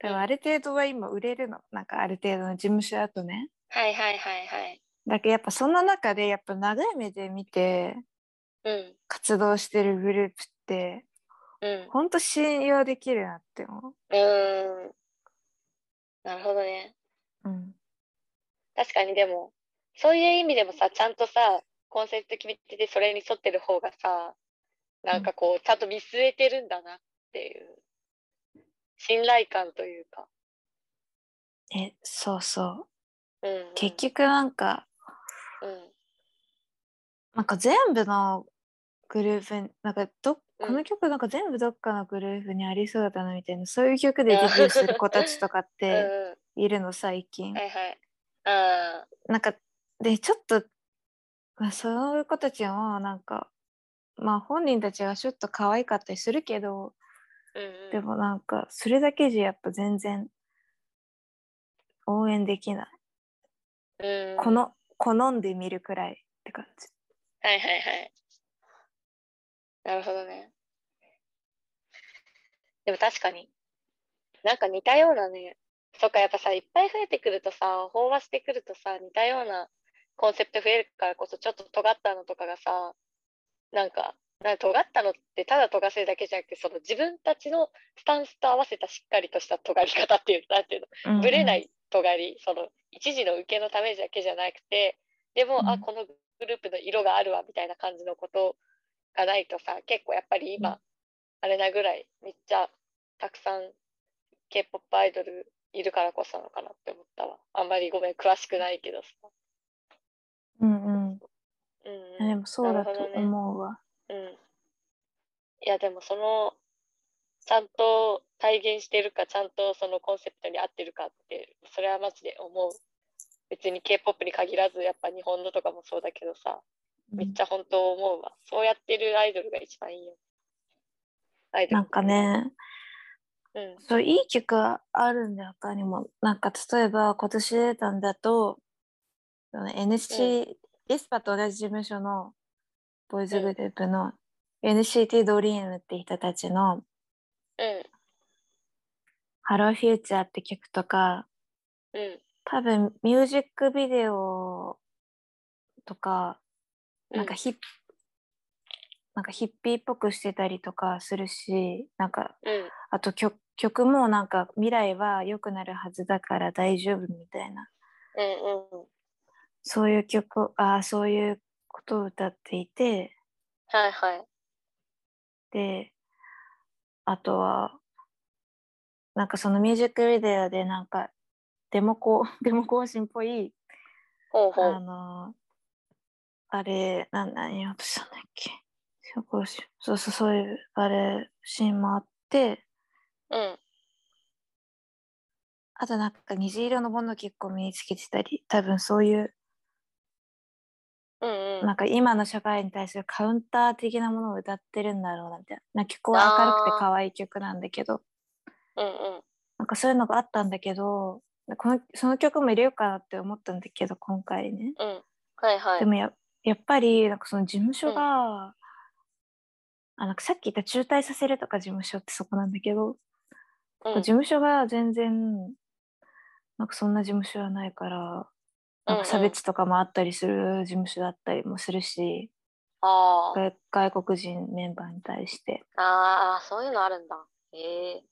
多分ある程度は今売れるのなんかある程度の事務所だとね。はいはいはいはいだけどやっぱその中でやっぱ長い目で見てうん活動してるグループってうんほんと信用できるなって思うーんなるほどねう。うん、確かにでもそういう意味でもさちゃんとさコンセプト決めててそれに沿ってる方がさなんかこうちゃんと見据えてるんだなっていう信頼感というか、えそうそううんうん結、局なんかうんなんか全部のグループになんかどこの曲なんか全部どっかのグループにありそうだなみたいなそういう曲でデビューする子たちとかっ うんてういるの最近ん、は。いはいあなんかでちょっと、まあ、そういう子たちもなんかまあ本人たちはちょっと可愛かったりするけどーうんうんでもなんかそれだけじゃやっぱ全然応援できない。うんこの好んでみるくらいって感じ。はいはいはい。なるほどね。でも確かに。なんか似たようなね。そっか、やっぱさ、いっぱい増えてくるとさ、飽和してくるとさ、似たようなコンセプト増えるからこそ、ちょっと尖ったのとかがさ、なんか、なんか尖ったのってただ尖らせるだけじゃなくて、その自分たちのスタンスと合わせたしっかりとした尖り方っていう、なんていうのぶれない尖り、その一時の受けのためだけじゃなくてでも、うあんこのグループの色があるわみたいな感じのことがないとさ結構やっぱり今、うんあれなぐらいめっちゃたくさん k p o p アイドルいるからこそなのかなって思ったわあんまりごめん詳しくないけどさ、うんうん。うんうんうんでもそうだとなるほどね思うわ。うんいやでもそのちゃんと体現してるかちゃんとそのコンセプトに合ってるかってそれはマジで思う別に k p o p に限らずやっぱ日本のとかもそうだけどさめっちゃ本当思うわそうやってるアイドルが一番いいよアイドルなんかね、うんそういい曲はあるんだよ他にも。なんか例えば今年出たんだと、その NC、エスパと同じ事務所のボーイズグループの NCT ドリームって人たちのうんハローフューチャーって曲とか、うん多分ミュージックビデオとか、なんかヒッ、なんかヒッピーっぽくしてたりとかするし、なんかうんあと曲曲もなんか未来は良くなるはずだから大丈夫みたいなうんうんそういう曲あーそういうことを歌っていてはいはいであとはなんかそのミュージックビデオでなんかデモ行 デモ行進っぽいほうほあうのあれなん何言おうとしたんだっけデモ行進そうそうそういうあれシーンもあってうんあとなんか虹色のものを結構身につけてたり多分そういううんうんなんか今の社会に対するカウンター的なものを歌ってるんだろうなみたいななんか曲は明るくて可愛い曲なんだけどうんうんなんかそういうのがあったんだけどこのその曲も入れようかなって思ったんだけど今回ねうんはいはいでもややっぱりなんかその事務所が、あなんかさっき言った中退させるとか事務所ってそこなんだけど、うん事務所が全然なんかそんな事務所はないからなんか差別とかもあったりする事務所だったりもするし。あー外外国人メンバーに対してあーそういうのあるんだへえ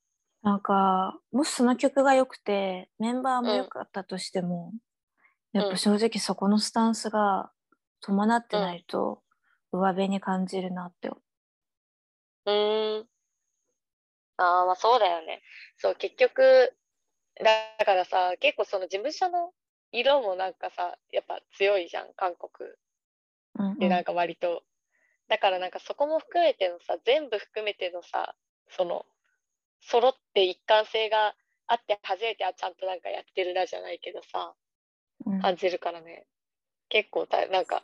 なんかもしその曲が良くてメンバーも良かったとしても、んやっぱ正直そこのスタンスが伴ってないと上辺に感じるなって、うーん。ああ、まあそうだよね。そう、結局、だからさ、結構その事務所の色もなんかさ、やっぱ強いじゃん、韓国うんうんでなんか割と。だからなんかそこも含めてのさ全部含めてのさその揃って一貫性があって初めてあちゃんとなんかやってるなじゃないけどさうん感じるからね結構たなんか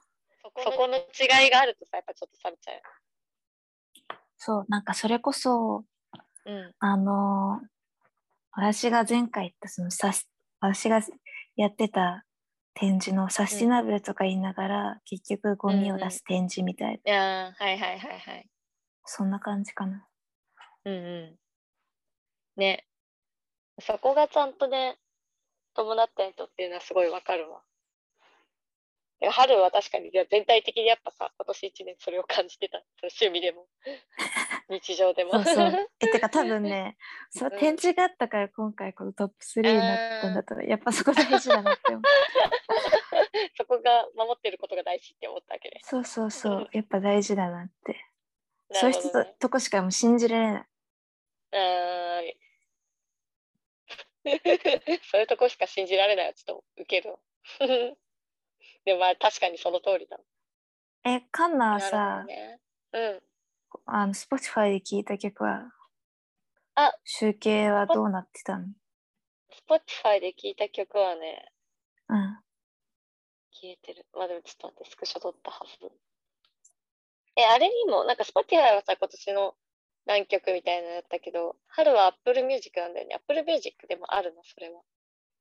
そこの違いがあるとさやっぱちょっと冷めちゃそうなんかそれこそうよ。あのー私が前回言ったそのサス私がやってた展示のサスティナブルとか言いながら、結局ゴミを出す展示みたいな、いやーはいはいはいはい。そんな感じかな。うんうん。ね。そこがちゃんとね、伴った人っていうのはすごいわかるわ。だから春は確かにいや全体的にやっぱさ、今年一年それを感じてた。その趣味 でも、日常でも。そうそう。えてか多分ね、そううん展示があったから今回このトップ3になったんだと、やっぱそこ大事だなって思 う。 そこが守ってることが大事って思ったわけね。そうそうう。そうんやっぱ大事だなって。なそういるうほ人どとねとこしかもう信じられない。うーん そういうとこしか信じられないわちょっとウケるわ でもまあ確かにその通りだ。え、カンナはなるほさど、ね、うん。あの Spotify で聴いた曲はあ集計はどうなってたの Spotify で聴いた曲はね、うん。消えてる。まあでもちょっと待って、スクショ撮ったはず。え、あれにも、なんか Spotify はさ、今年の何曲みたいなのやったけど、春は Apple Music なんだよね。Apple Music でもあるの、それは。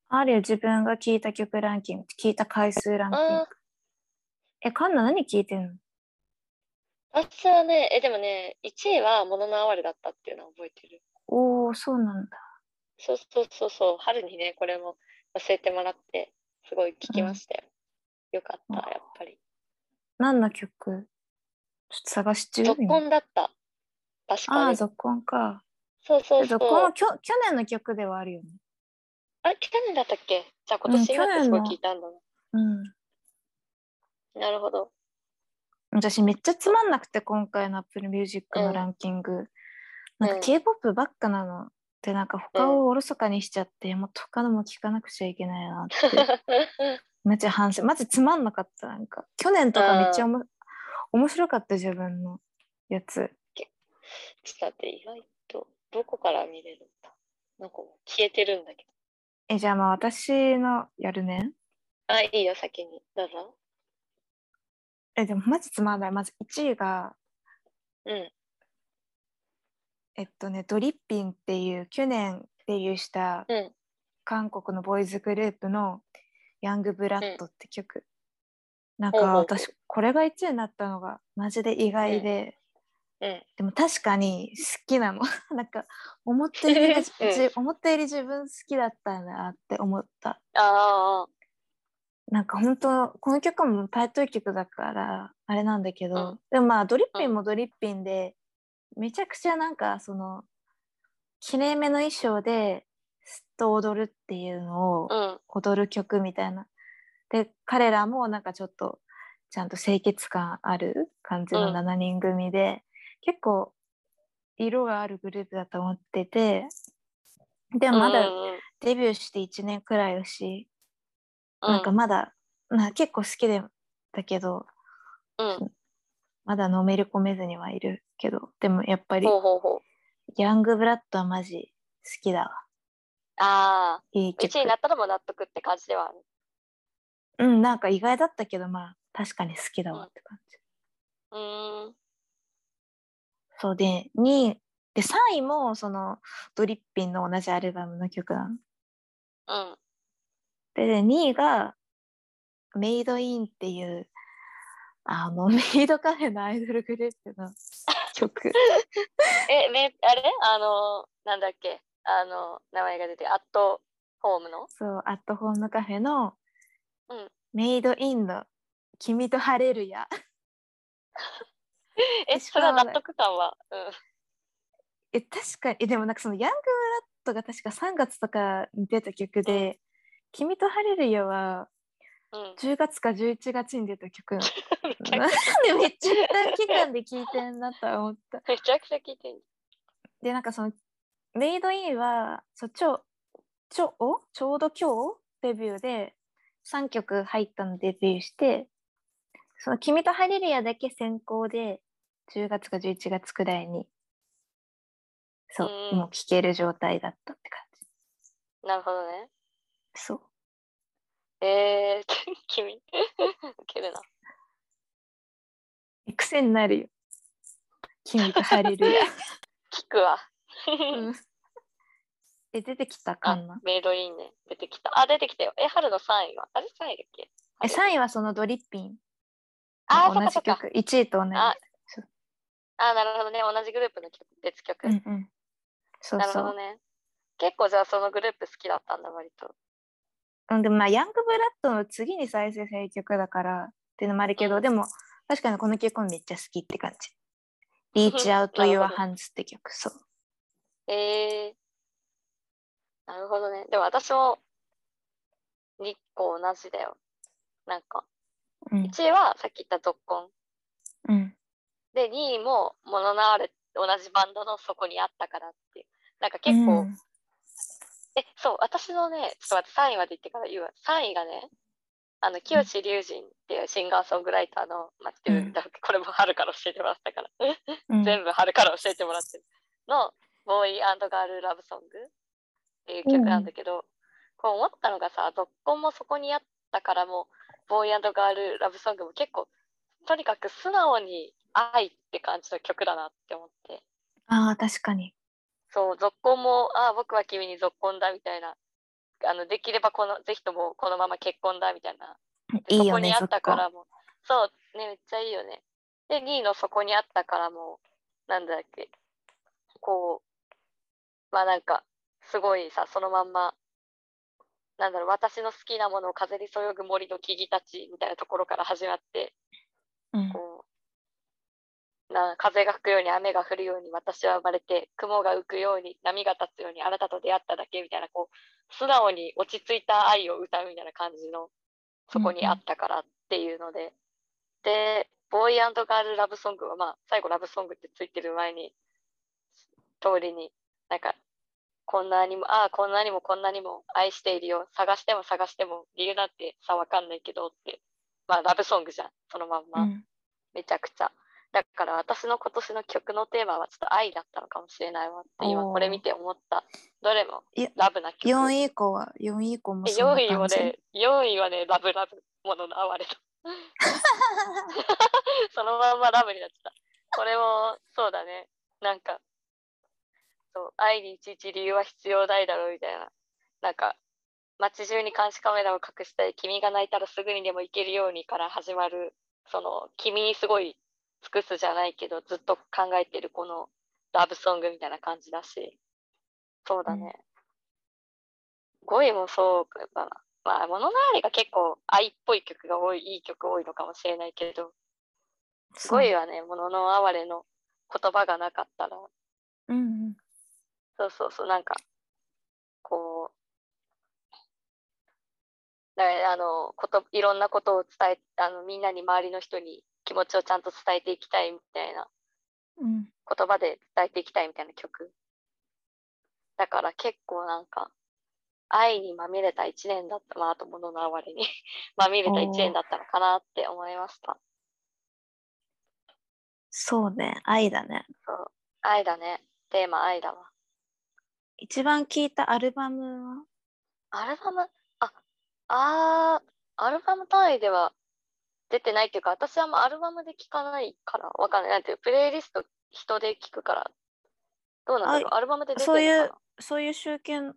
あるよ、自分が聴いた曲ランキング、聴いた回数ランキンあグ。え、カンナ何聴いてんのあ、私はね、え、でもね、1位は物の哀れだったっていうのは覚えてる。おお、そうなんだ。そうそうそうそう、春にね、これも忘れてもらって、すごい聴きましたよ。よかった、やっぱり。何の曲ちょっと探し中ゾッコンだった。確あかあ、に。ゾッコンか。そうそうそゾッう。コンはきょ去年の曲ではあるよね。あれ、去年だったっけじゃあ今年になってすごい聞いたんだな。うん。なるほど。 私めっちゃつまんなくて、今回の Apple Music うのんランキング。なんうかん K-POP ばっかなの。で、なんか他をおろそかにしちゃって、もっと他のも聞かなくちゃいけないなって。 めっちゃ反省まずつまんなかったなんか去年とかめっちゃおも面白かった自分のやつちょっと待って、意外とどこから見れるんだなんかもう消えてるんだけえじゃあまあ私のやるねど。あ、いいよ、先に。どうぞ。えでもマジつまんないまず1位がうん。えっとねドリッピンっていう去年デビューしたうん。韓国のボーイズグループの「ヤングブラッド」って曲、なんほうほかうほう私これが1位になったのがマジで意外で、うん。でも確かに好きなの なんか思ったより、うんじ思ったより自分好きだったんだなって思ったああ。なんか本当この曲もタイトル曲だからあれなんだけど、うんでもまあドリッピンもドリッピンで、めちゃくちゃなんかそのきれいめの衣装でスッと踊るっていうのをうん。踊る曲みたいな。で彼らもなんかちょっとちゃんと清潔感ある感じのうん7人組で、結構色があるグループだと思っててでもまだうんうんうんデビューして1年くらいだし、なんかまだ、まあ、結構好きでだけどうん。まだのめり込めずにはいるけどでもやっぱうん。りほうほうほう。ヤングブラッドはマジ好きだわあいいあ。1曲位になったのも納得って感じではある。うんなんか意外だったけどまあ確かに好きだわって感じ、うーん。そうで2位で3位もそのドリッピンの同じアルバムの曲なのうん。でで2位がメイドインっていうあの メイドカフェのアイドルグループの曲え、めあれあの、なんだっけあの、名前が出て、アットホームのそうアットホームカフェのうん。メイドインの「君と晴れるや」え、私それはは納得感は。うん。 え確かにえでもなんかそのヤングブラッドが確か3月とかに出た曲で「君と晴れるよ」はうん、 10月か11月に出た曲なのなんでめっちゃ短期間で聴いてんなとは思った めちゃくちゃ聞いてる。でなんかそのメイドインはそうちょちょおちょうど今日デビューで3曲入ったのデビューしてその「君と晴れるや」だけ先行で10月か11月くらいにそう、うんもう聞ける状態だったって感じなるほどね。そうえー、 君、ウケるな。え癖になるよ君とハレルヤ、聞くわ。うんえ出てきたかあな、 メイドインね。出てきた。あ、出てきたよ。え、春の3位は。あれ3位だっけえ3位はそのドリッピンあー、そ同っかそじっか。曲1位と同じあそうあ、なるほどね。同じグループの曲、別曲。うんうんそうなるそほうどね。結構じゃあそのグループ好きだったんだ、割と。うん、でもまあヤングブラッドの次に再生される曲だからっていうのもあるけど、うんでも確かにこの曲めっちゃ好きって感じ。 リーチアウトなるユほアどハンズって曲、そう。えー、なるほどね。でも私も2個同じだよ。なんか、うん。 1位はさっき言った「ぞっこんうん。」で2位も「モノナール」同じバンドのそこにあったからっていう。なんか結う構、んえ、そう、私のね、ちょっと待って、3位まで言ってから言うわ。3位がね、あの、清志隆人っていうシンガーソングライターの、まあ、っていううんだこれも春から教えてもらったから、うん全部春から教えてもらってる、の、ボーイガールラブソングっていう曲なんだけど、こう思ったのがさ、続婚もそこにあったからもう、ボーイガールラブソングも結構、とにかく素直に愛って感じの曲だなって思って。ああ、確かに。そう、続行も、ああ、僕は君に続婚だみたいな、あのできればこの、ぜひともこのまま結婚だみたいな、でいいよそこねに、あそったこか。らも、そう、ね、めっちゃいいよね。で、2位のそこにあったからも、なんだっけ、こう、まあなんか、すごいさ、そのまんま、なんだろう、私の好きなものを風にそよぐ森の木々たちみたいなところから始まって、うんこうな風が吹くように雨が降るように私は生まれて雲が浮くように波が立つようにあなたと出会っただけみたいなこう素直に落ち着いた愛を歌うみたいな感じのそこにあったからっていうので、でボーイガールラブソングはまあ最後ラブソングってついてる前に通りになんかこんなにもああこんなにもこんなにも愛しているよ探しても探しても理由なんてさわかんないけどってまあラブソングじゃんそのまんま。うんめちゃくちゃ。だから私の今年の曲のテーマはちょっと愛だったのかもしれないわって今おーこれ見て思った。どれもいやラブな曲。 4位以降は、4位以降も えそんな4位感はじ。ね、4位はね、ラブラブ、ものの哀れと。 そのまんまラブになっちゃった。これも、そうだね。なんか、そう、愛にいちいち理由は必要ないだろうみたいな。なんか、街中に監視カメラを隠して、君が泣いたらすぐにでも行けるようにから始まる、その、君にすごい尽くすじゃないけど、ずっと考えてるこのラブソングみたいな感じだし。そうだね。5位もそうだな。まあ、物のありが結構愛っぽい曲が多い、いい曲多いのかもしれないけど、そう5位はね、もののあわれの言葉がなかったら、うんうん。そうそうそう、なんか、こう、だからあのこといろんなことを伝えあの、みんなに周りの人に気持ちをちゃんと伝えていきたいみたいな、うん言葉で伝えていきたいみたいな曲。だから結構なんか、愛にまみれた一年だったなと、物のあわれに まみれた一年だったのかなって思いました。そうね、愛だね。愛だね。テーマ愛だわ。一番聴いたアルバムはアルバム、あ、あー、アルバム単位では出てないっていうか、私はもうアルバムで聴かないから、わかんない。なんていう、プレイリスト人で聴くから、どうなんだろう。アルバムで出てるのかなそういうそういう集計の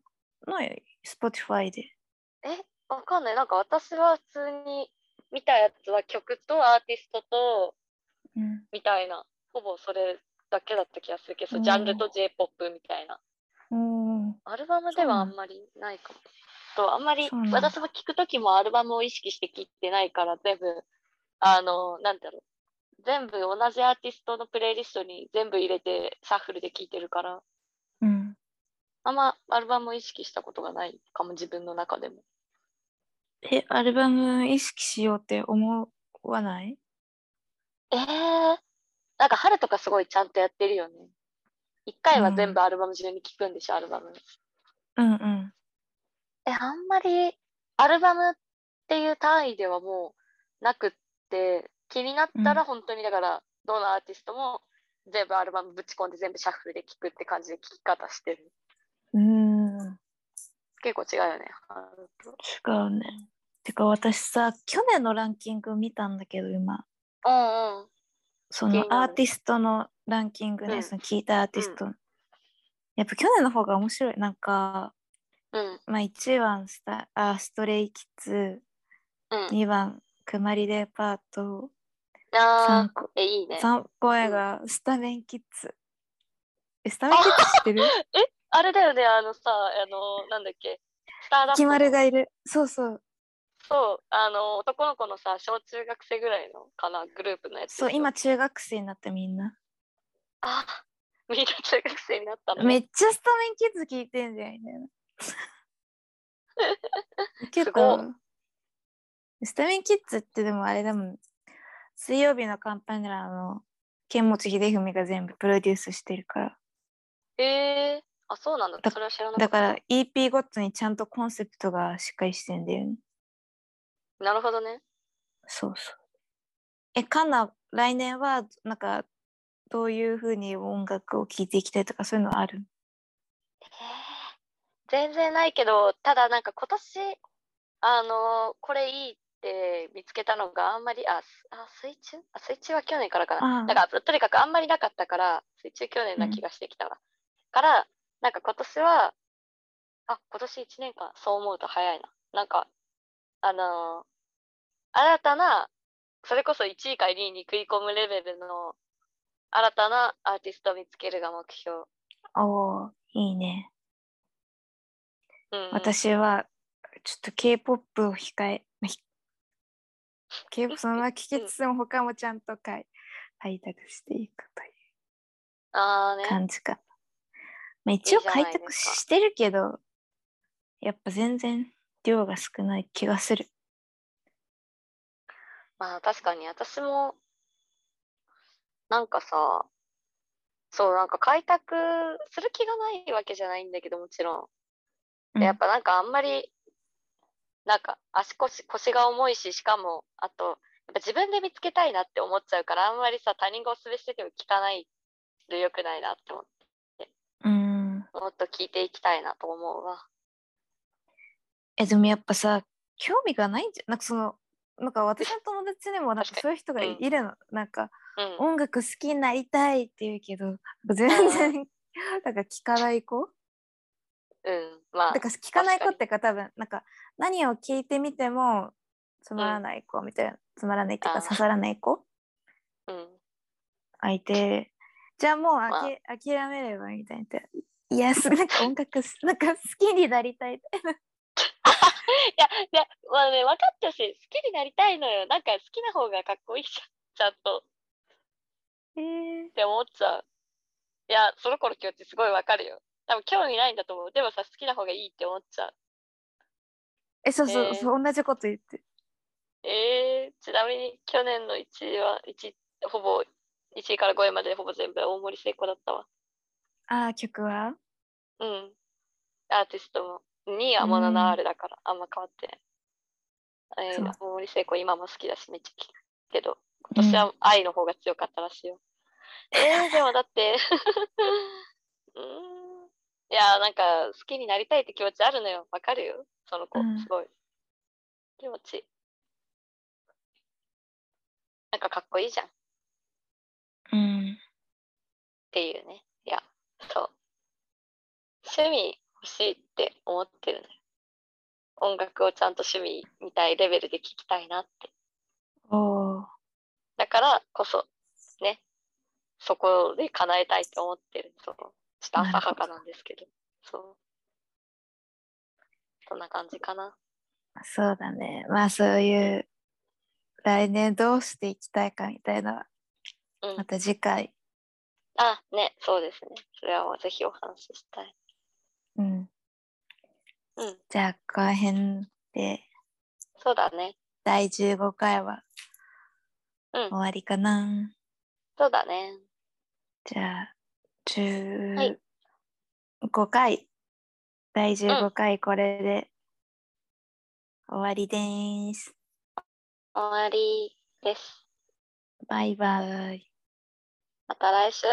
Spotify で。え、わかんない。なんか私は普通に見たやつは曲とアーティストとうんみたいな、ほぼそれだけだった気がするけど、うんジャンルと J-POP みたいな。うんアルバムではあんまりないかも。とあんまりそうなんだ私も聞くときもアルバムを意識して聴いてないから全部あのなんだろう全部同じアーティストのプレイリストに全部入れてサッフルで聴いてるからうん、あんまアルバムを意識したことがないかも自分の中でもえアルバム意識しようって思わないえー、なんか春とかすごいちゃんとやってるよね。一回は全部アルバム中に聴くんでしょ、アルバム。うんうんえ、あんまりアルバムっていう単位ではもうなくって、気になったら本当にだからどのアーティストも全部アルバムぶち込んで全部シャッフルで聴くって感じで聴き方してるうん。違結構違うよねあのうね。てか私さ、去年のランキング見たんだけど、今。うんうんそ気にのなるアーティストのランキングね、うんその聞いたアーティスト、やっぱ去年の方が面白い。なんか、うんまあ、1番スタあストレイキッズ、うん2番くまりデパート、あ3ー個えいいね三個目がスタメンキッズ。えスタメンキッズ知ってるあれだよねあのさあのなんだっけスターダッきプまのるがいる。そうそう。そうあの男の子のさ小中学生ぐらいのかなグループのやつでしそょう、今中学生になったみんな。あみんな中学生になったのめっちゃスタメンキッズ聞いてんじゃんみたい な。結す構スタメンキッズってでもあれでもん水曜日のカンパネラの剣持秀文が全部プロデュースしてるからえー、あそうなんだだそれは知らなかだったから EP ごとにちゃんとコンセプトがしっかりしてんだよねなるほどねそうそうえカンナ来年はなんかどういうふうに音楽を聴いていきたいとかそういうのある全然ないけどただなんか今年あのこれいいって見つけたのがあんまりあすあ水中あ水中は去年からかなああだからとにかくあんまりなかったから水中去年な気がしてきたわ、からなんか今年はあ今年1年間そう思うと早いななんかあのー新たなそれこそ1位か2位に食い込むレベルの新たなアーティストを見つけるが目標、おーいいねうんうん、私はちょっと K-POP を控え、まあひ K-POP そのまま聞きつつも他もちゃんとかい開拓していくといあーうね感じかな。まあ、一応いいじゃない開ですか拓してるけど、やっぱ全然量が少ない気がする。まあ確かに私もなんかさそうなんか開拓する気がないわけじゃないんだけどもちろんうんでやっぱなんかあんまりなんか足腰腰が重いししかもあとやっぱ自分で見つけたいなって思っちゃうからあんまりさ他人がおすすめしてても聞かないでよくないなって思ってうん。もっと聞いていきたいなと思うわえ、でもやっぱさ、興味がないんじゃ、なんかその、なんか私の友達でもなんか確かにそういう人がいるの。なんかうん音楽好きになりたいって言うけど、全然、 なんか聞かない子うんまあだから聞かない子確っていうか多分なんか何を聞いてみてもつまらない子みたいな、つまらないっていうあかー刺さらない子うん相手じゃあもうあまき、諦めればいいみたいないやすなんか音楽すなんか好きになりたいいや、いや、まあね、分かってほしい。好きになりたいのよ。なんか好きな方がかっこいいじゃん。ちゃんと。っえーて思っちゃう。いや、その子の気持ちすごいわかるよ。多分興味ないんだと思う。でもさ、好きな方がいいって思っちゃう。えそうそう、えーそう同じこと言ってえー、ちなみに去年の1位は、1位、ほぼ、1位から5位までほぼ全部大森聖子だったわ。ああ曲はうん。アーティストも。2位はモナナールだから、あんま変わってない。えそうー、大森聖子今も好きだし、めっちゃ聴くけど、今年は愛の方が強かったらしいよ。 えー、でもだって、 うーん。いやー、なんか好きになりたいって気持ちあるのよ。わかるよ。その子うん、すごい。気持ちいい。なんかかっこいいじゃんっうんていうね。いや、そう。趣味欲しいって思ってるのよ。音楽をちゃんと趣味みたいレベルで聴きたいなって。おーだからこそ、ね、そこで叶えたいと思ってる。そう。ちょっと浅はかなんですけど。そう。そんな感じかな。そうだねまあそういう来年どうしていきたいかみたいなのはうんま。た次回あ、ね、そうですね。それはぜひお話ししたい。うんうん。じゃあこの辺でそうだね。第15回はうん終わりかな、そうだね。じゃあはい15回、第15回これで終わりです、終わりです。バイバイまた来週。